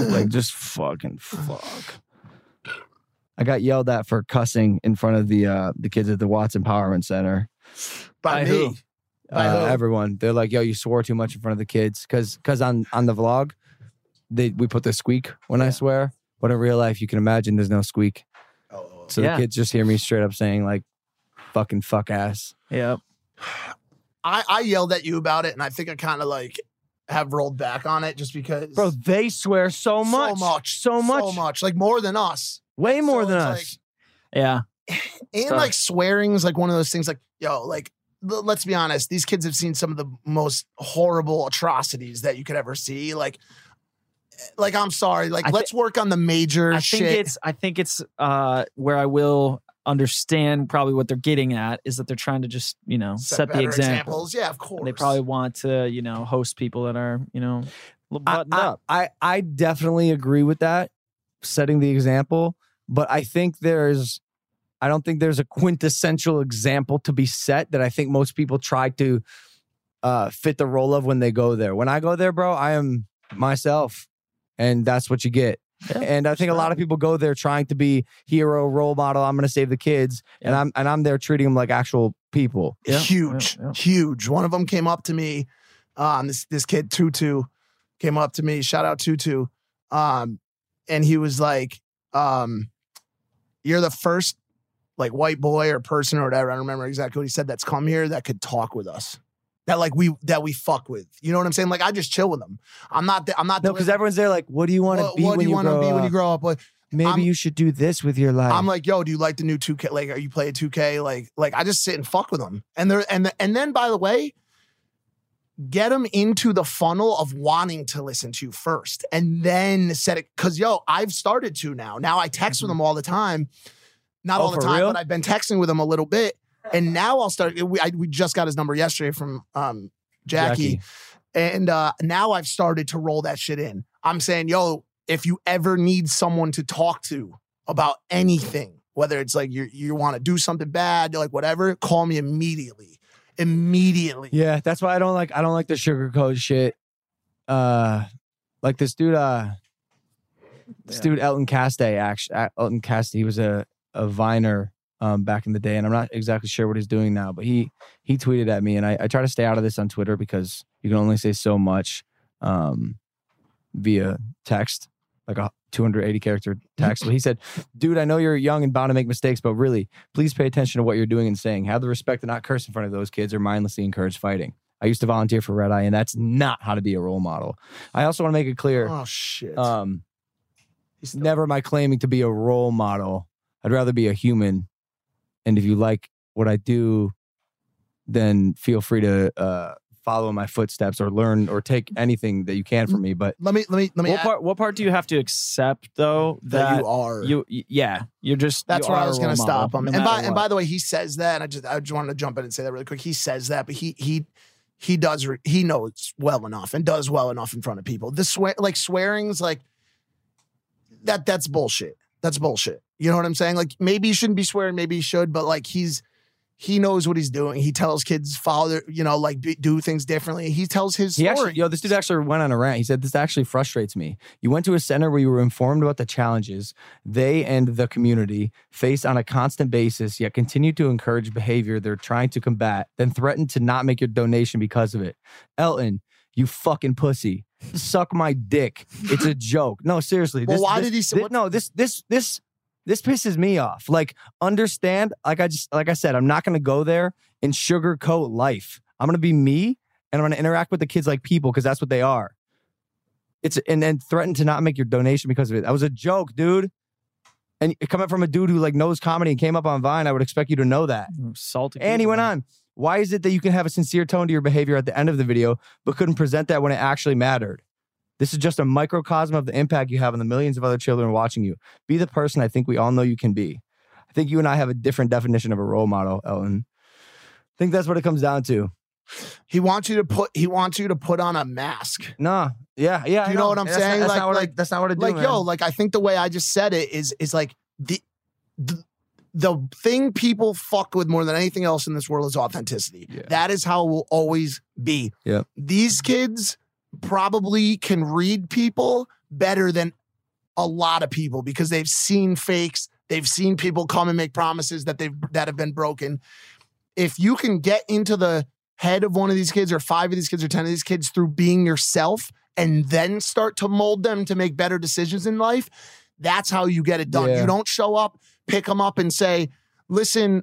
like just fucking fuck. I got yelled at for cussing in front of the uh, the kids at the Watts Empowerment Center. By, By me. who? By uh, who? everyone. They're like, "Yo, you swore too much in front of the kids," because on on the vlog, they we put the squeak when I swear. But in real life, you can imagine there's no squeak, Oh, so Yeah. the kids just hear me straight up saying like, "Fucking fuck ass." Yep. I, I yelled at you about it, and I think I kind of like have rolled back on it just because Bro, they swear so much, so much, so much, so much, like more than us, way more So than it's us. Yeah. and Tough. like swearing's like one of those things. Like, yo, like l- let's be honest, these kids have seen some of the most horrible atrocities that you could ever see. Like, like I'm sorry, like I thi- let's work on the major I think shit. it's I think it's uh where I will understand probably what they're getting at is that they're trying to just, you know, set, the better example. Yeah, of course. And they probably want to, you know, host people that are, you know, a little I, buttoned I, up. I I definitely agree with that, setting the example. But I think there's, I don't think there's a quintessential example to be set that I think most people try to uh, fit the role of when they go there. When I go there, bro, I am myself, and that's what you get. Yeah, and I think a lot of people go there trying to be hero, role model. I'm going to save the kids, and Yeah. I'm and I'm there treating them like actual people. Yeah, huge, yeah, yeah. huge. One of them came up to me. Um, this this kid Tutu came up to me. Shout out Tutu. Um, and he was like, um, "You're the first like white boy or person or whatever. I don't remember exactly what he said. That's come here that could talk with us. That like we that we fuck with. You know what I'm saying? Like I just chill with them. I'm not. th- I'm not. No, because delivering- everyone's there like, what do you want to what, be, what when do you you want to grow be when you up? grow up? Like, Maybe I'm- you should do this with your life. I'm like, yo, do you like the new 2K? Like, are you playing 2K? Like, like I just sit and fuck with them. And they're and the, and then by the way, get them into the funnel of wanting to listen to you first, and then set it. Cause yo, I've started to now. Now I text with them all the time. Not Mm-hmm. Oh, all the for time, real? but I've been texting with him a little bit. And now I'll start. We I, we just got his number yesterday from um Jackie. And uh, now I've started to roll that shit in. I'm saying, yo, if you ever need someone to talk to about anything, whether it's like you you want to do something bad, like whatever, call me immediately. Immediately. Yeah, that's why I don't like I don't like the sugarcoat shit. Uh, like this dude, uh, this dude Elton Castay, actually Elton Castay, he was a a viner um back in the day, and I'm not exactly sure what he's doing now, but he he tweeted at me, and I, I try to stay out of this on Twitter because you can only say so much um via text, like a 280 character text. but he said, "Dude, I know you're young and bound to make mistakes, but really, please pay attention to what you're doing and saying. Have the respect to not curse in front of those kids or mindlessly encourage fighting." I used to volunteer for Red Eye, and that's not how to be a role model. I also want to make it clear Oh shit. Uh, um, He's still- never am I claiming to be a role model. I'd rather be a human. And if you like what I do, then feel free to uh, follow in my footsteps or learn or take anything that you can from me. But let me let me let me What add part what part do you have to accept though that that, you are you, y- yeah, you're just That's you where are I a was going to role stop model, him. no and by matter and what. by the way, he says that, and I just I just wanted to jump in and say that really quick. He says that, but he he he does re- he knows well enough and does well enough in front of people. The swear like swearing's like that that's bullshit. That's bullshit. You know what I'm saying? Like maybe he shouldn't be swearing, maybe he should, but like he's He knows what he's doing. He tells kids father, you know, like be- do things differently. He tells his He story. actually, yo, this dude actually went on a rant. He said, This actually frustrates me. You went to a center where you were informed about the challenges they and the community face on a constant basis, yet continue to encourage behavior they're trying to combat, then threaten to not make your donation because of it. Elton, you fucking pussy. Suck my dick. It's a joke. No, seriously. Well, this- why this- did he say- thi- what- no, this, this, this, this pisses me off. Like, understand, like I just, like I said, I'm not going to go there and sugarcoat life. I'm going to be me and I'm going to interact with the kids like people because that's what they are. It's and then threaten to not make your donation because of it. That was a joke, dude. And coming from a dude who like knows comedy and came up on Vine, I would expect you to know that. Mm, Salty. And he went on. Why is it that you can have a sincere tone to your behavior at the end of the video, but couldn't present that when it actually mattered? This is just a microcosm of the impact you have on the millions of other children watching you. Be the person I think we all know you can be. I think you and I have a different definition of a role model, Elton. I think that's what it comes down to. he wants you to put he wants you to put on a mask. Nah, yeah, yeah. I Do you know what I'm That's not- saying? that's Like- not what I- like- that's not what I do. like man. yo like i think the way i just said it is is like the, the the thing people fuck with more than anything else in this world is authenticity Yeah. that is how it will always be Yep. these kids probably can read people better than a lot of people because they've seen fakes they've seen people come and make promises that they've that have been broken if you can get into the head of one of these kids or five of these kids or 10 of these kids through being yourself and then start to mold them to make better decisions in life, that's how you get it done. Yeah. You don't show up, pick them up and say, listen,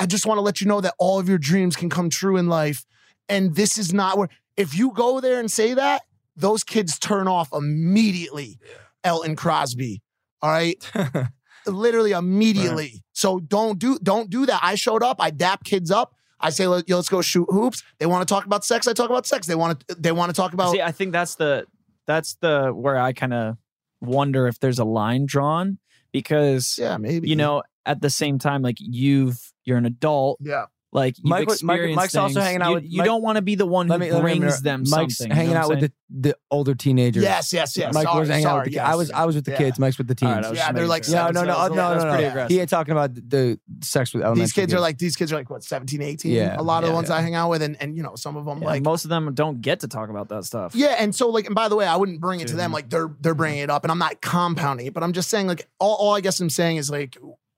I just want to let you know that all of your dreams can come true in life. And this is not where, if you go there and say that, those kids turn off immediately. Elton Crosby. All right literally immediately. So don't do don't do that. I showed up. I dap kids up. I say, "Let- yo, let's go shoot hoops. They want to talk about sex. I talk about sex. They want to they want to talk about. See, I think that's the that's the where I kind of wonder if there's a line drawn because yeah, maybe you know at the same time like you've you're an adult Yeah, like you've Mike was- Mike- experienced Mike's also things. hanging out you, with- you Mike- don't want to be the one who Let me- let me- brings them Mike's something hanging you know out what with the, the older teenagers. yes, yes, yes. Mike sorry, was hanging sorry, out with the yes. I was I was with the Yeah. kids. Mike's with the teens. All right, I was Yeah, just they're making like sure. yeah, seven, no, so no, that oh, was- no, that was no, no. pretty He aggressive. ain't talking about the sex with elementary These kids are like these kids are like what 17, 18. Yeah, a lot of yeah, the ones yeah. I hang out with, and and you know some of them I'm saying? Yeah, like most of them don't get to talk about that stuff Yeah, and so like, and by the way, I wouldn't bring it to them. Like they're they're bringing it up, and I'm not compounding it, but I'm just saying like all, all I guess I'm saying is like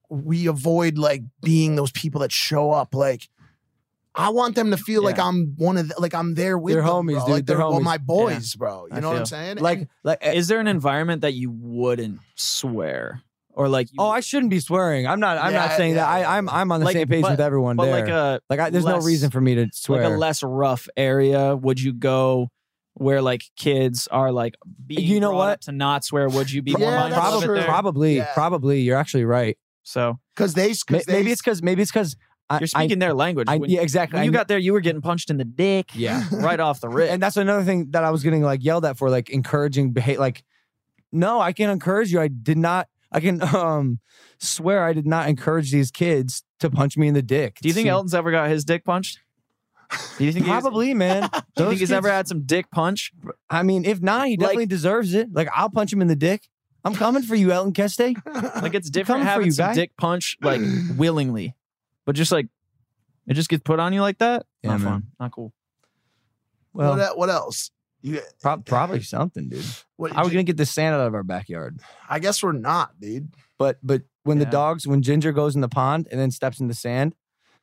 we avoid like being those people that show up like. I want them to feel like Yeah. I'm one of the, like I'm there with They're them, homies, bro. dude. Like They're well, homies. my boys, bro. You I know what I'm feel. saying? like like eh, is there an environment that you wouldn't swear or like you, oh I shouldn't be swearing. I'm not I'm not Yeah, saying that. yeah, yeah. I I'm I'm on the Like, same page but- with everyone but there. like a Like, I, there's less- no reason for me to swear. like a less rough area would you go where like kids are like being You know brought what? up to not swear would you be Yeah, more that's mindful of it probably, true. there? probably, Yeah. probably. You're actually right. so because they, May- cause they Maybe it's because maybe it's because you're speaking their language I, When- yeah, exactly. when you I- got there you were getting punched in the dick yeah. right off the rip And that's another thing that I was getting like yelled at for, like encouraging behavior. Like, no, I can encourage you. I did not. I can um swear I did not encourage these kids to punch me in the dick. do you think See, elton's ever got his dick punched do you think he was- Probably, man. do you Those think he's kids- ever had some dick punch I mean, if not, he Like- definitely deserves it. Like, I'll punch him in the dick. I'm coming for you, Elton Keste. like it's coming different for having you, some guy. dick punch like willingly but just like it just gets put on you like that Yeah, not man. fun not cool what, Well, el- what else? You, prob- probably something, dude. what, How are we gonna get the sand out of our backyard? I guess we're not, dude. But but when the Yeah. dogs, when Ginger goes in the pond and then steps in the sand,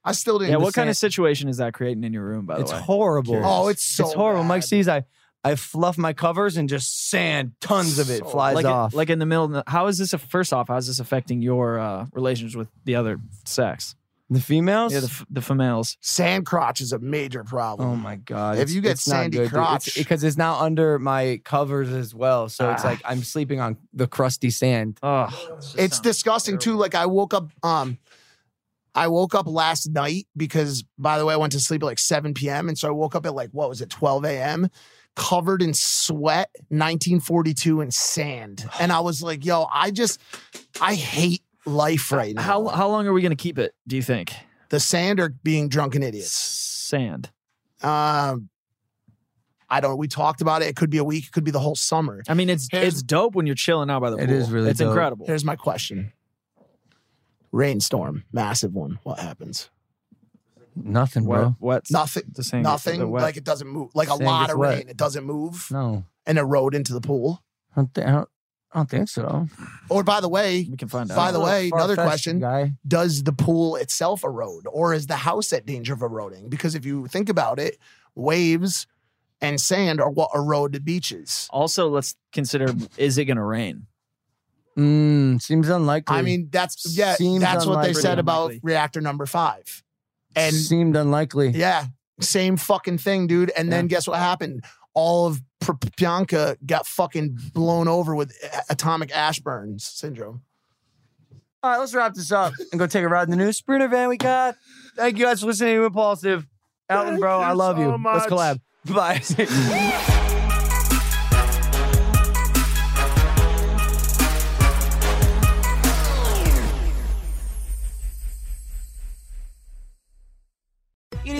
I still didn't. yeah what kind of situation is that creating in your room by the it's way horrible. Curious. Oh, it's so it's horrible. Mike bad. sees I I fluff my covers and just sand tons of it So- flies like, off. like in the middle. Of the, how is this? A, first off, how is this affecting your uh, relations with the other sex? the females. Yeah, the, f- the females. sand crotch is a major problem. oh my god! If it's- you get it's not sandy good, dude. It's- crotch- because it's, now under my covers as well, so it's Ah. like I'm sleeping on the crusty sand. Oh, it's disgusting too. Like I woke up, um, I woke up last night because by the way, I went to sleep at like 7 p.m. And so I woke up at like what was it, 12 a.m. covered in sweat, 1942 and sand. And I was like, yo, I just I hate life right now. how how long are we gonna keep it? Do you think? the sand are being drunken idiots. Sand. Um I don't we talked about it. It could be a week, it could be the whole summer. I mean, it's Here's- it's dope when you're chilling out by the pool. It is really It's dope. incredible. Here's my question. Rainstorm, massive one. What happens? Nothing, Wet, bro. wet, Nothing. The same. the Nothing. wet. Like it doesn't move. Like a Sand lot gets of wet. rain. It doesn't move No, and erode into the pool. I don't, thi- I don't, I don't think so. Or by the way, we can find out. By the way, another Far-fetched, question. guy. does the pool itself erode or is the house at danger of eroding? Because if you think about it, waves and sand are what erode the beaches. also, let's consider: is it going to rain? Hmm, Mm, seems unlikely. I mean, that's yeah, Seems that's what they unlikely. said about Unlikely. reactor number five. And seemed unlikely. yeah, same fucking thing, dude. And then guess what happened? All of Pripyanka got fucking blown over with a- atomic ash burns syndrome. All right, let's wrap this up and go take a ride in the new Sprinter van we got. Thank you guys for listening to Impulsive. Elton, bro, I love you. Let's collab. Bye. It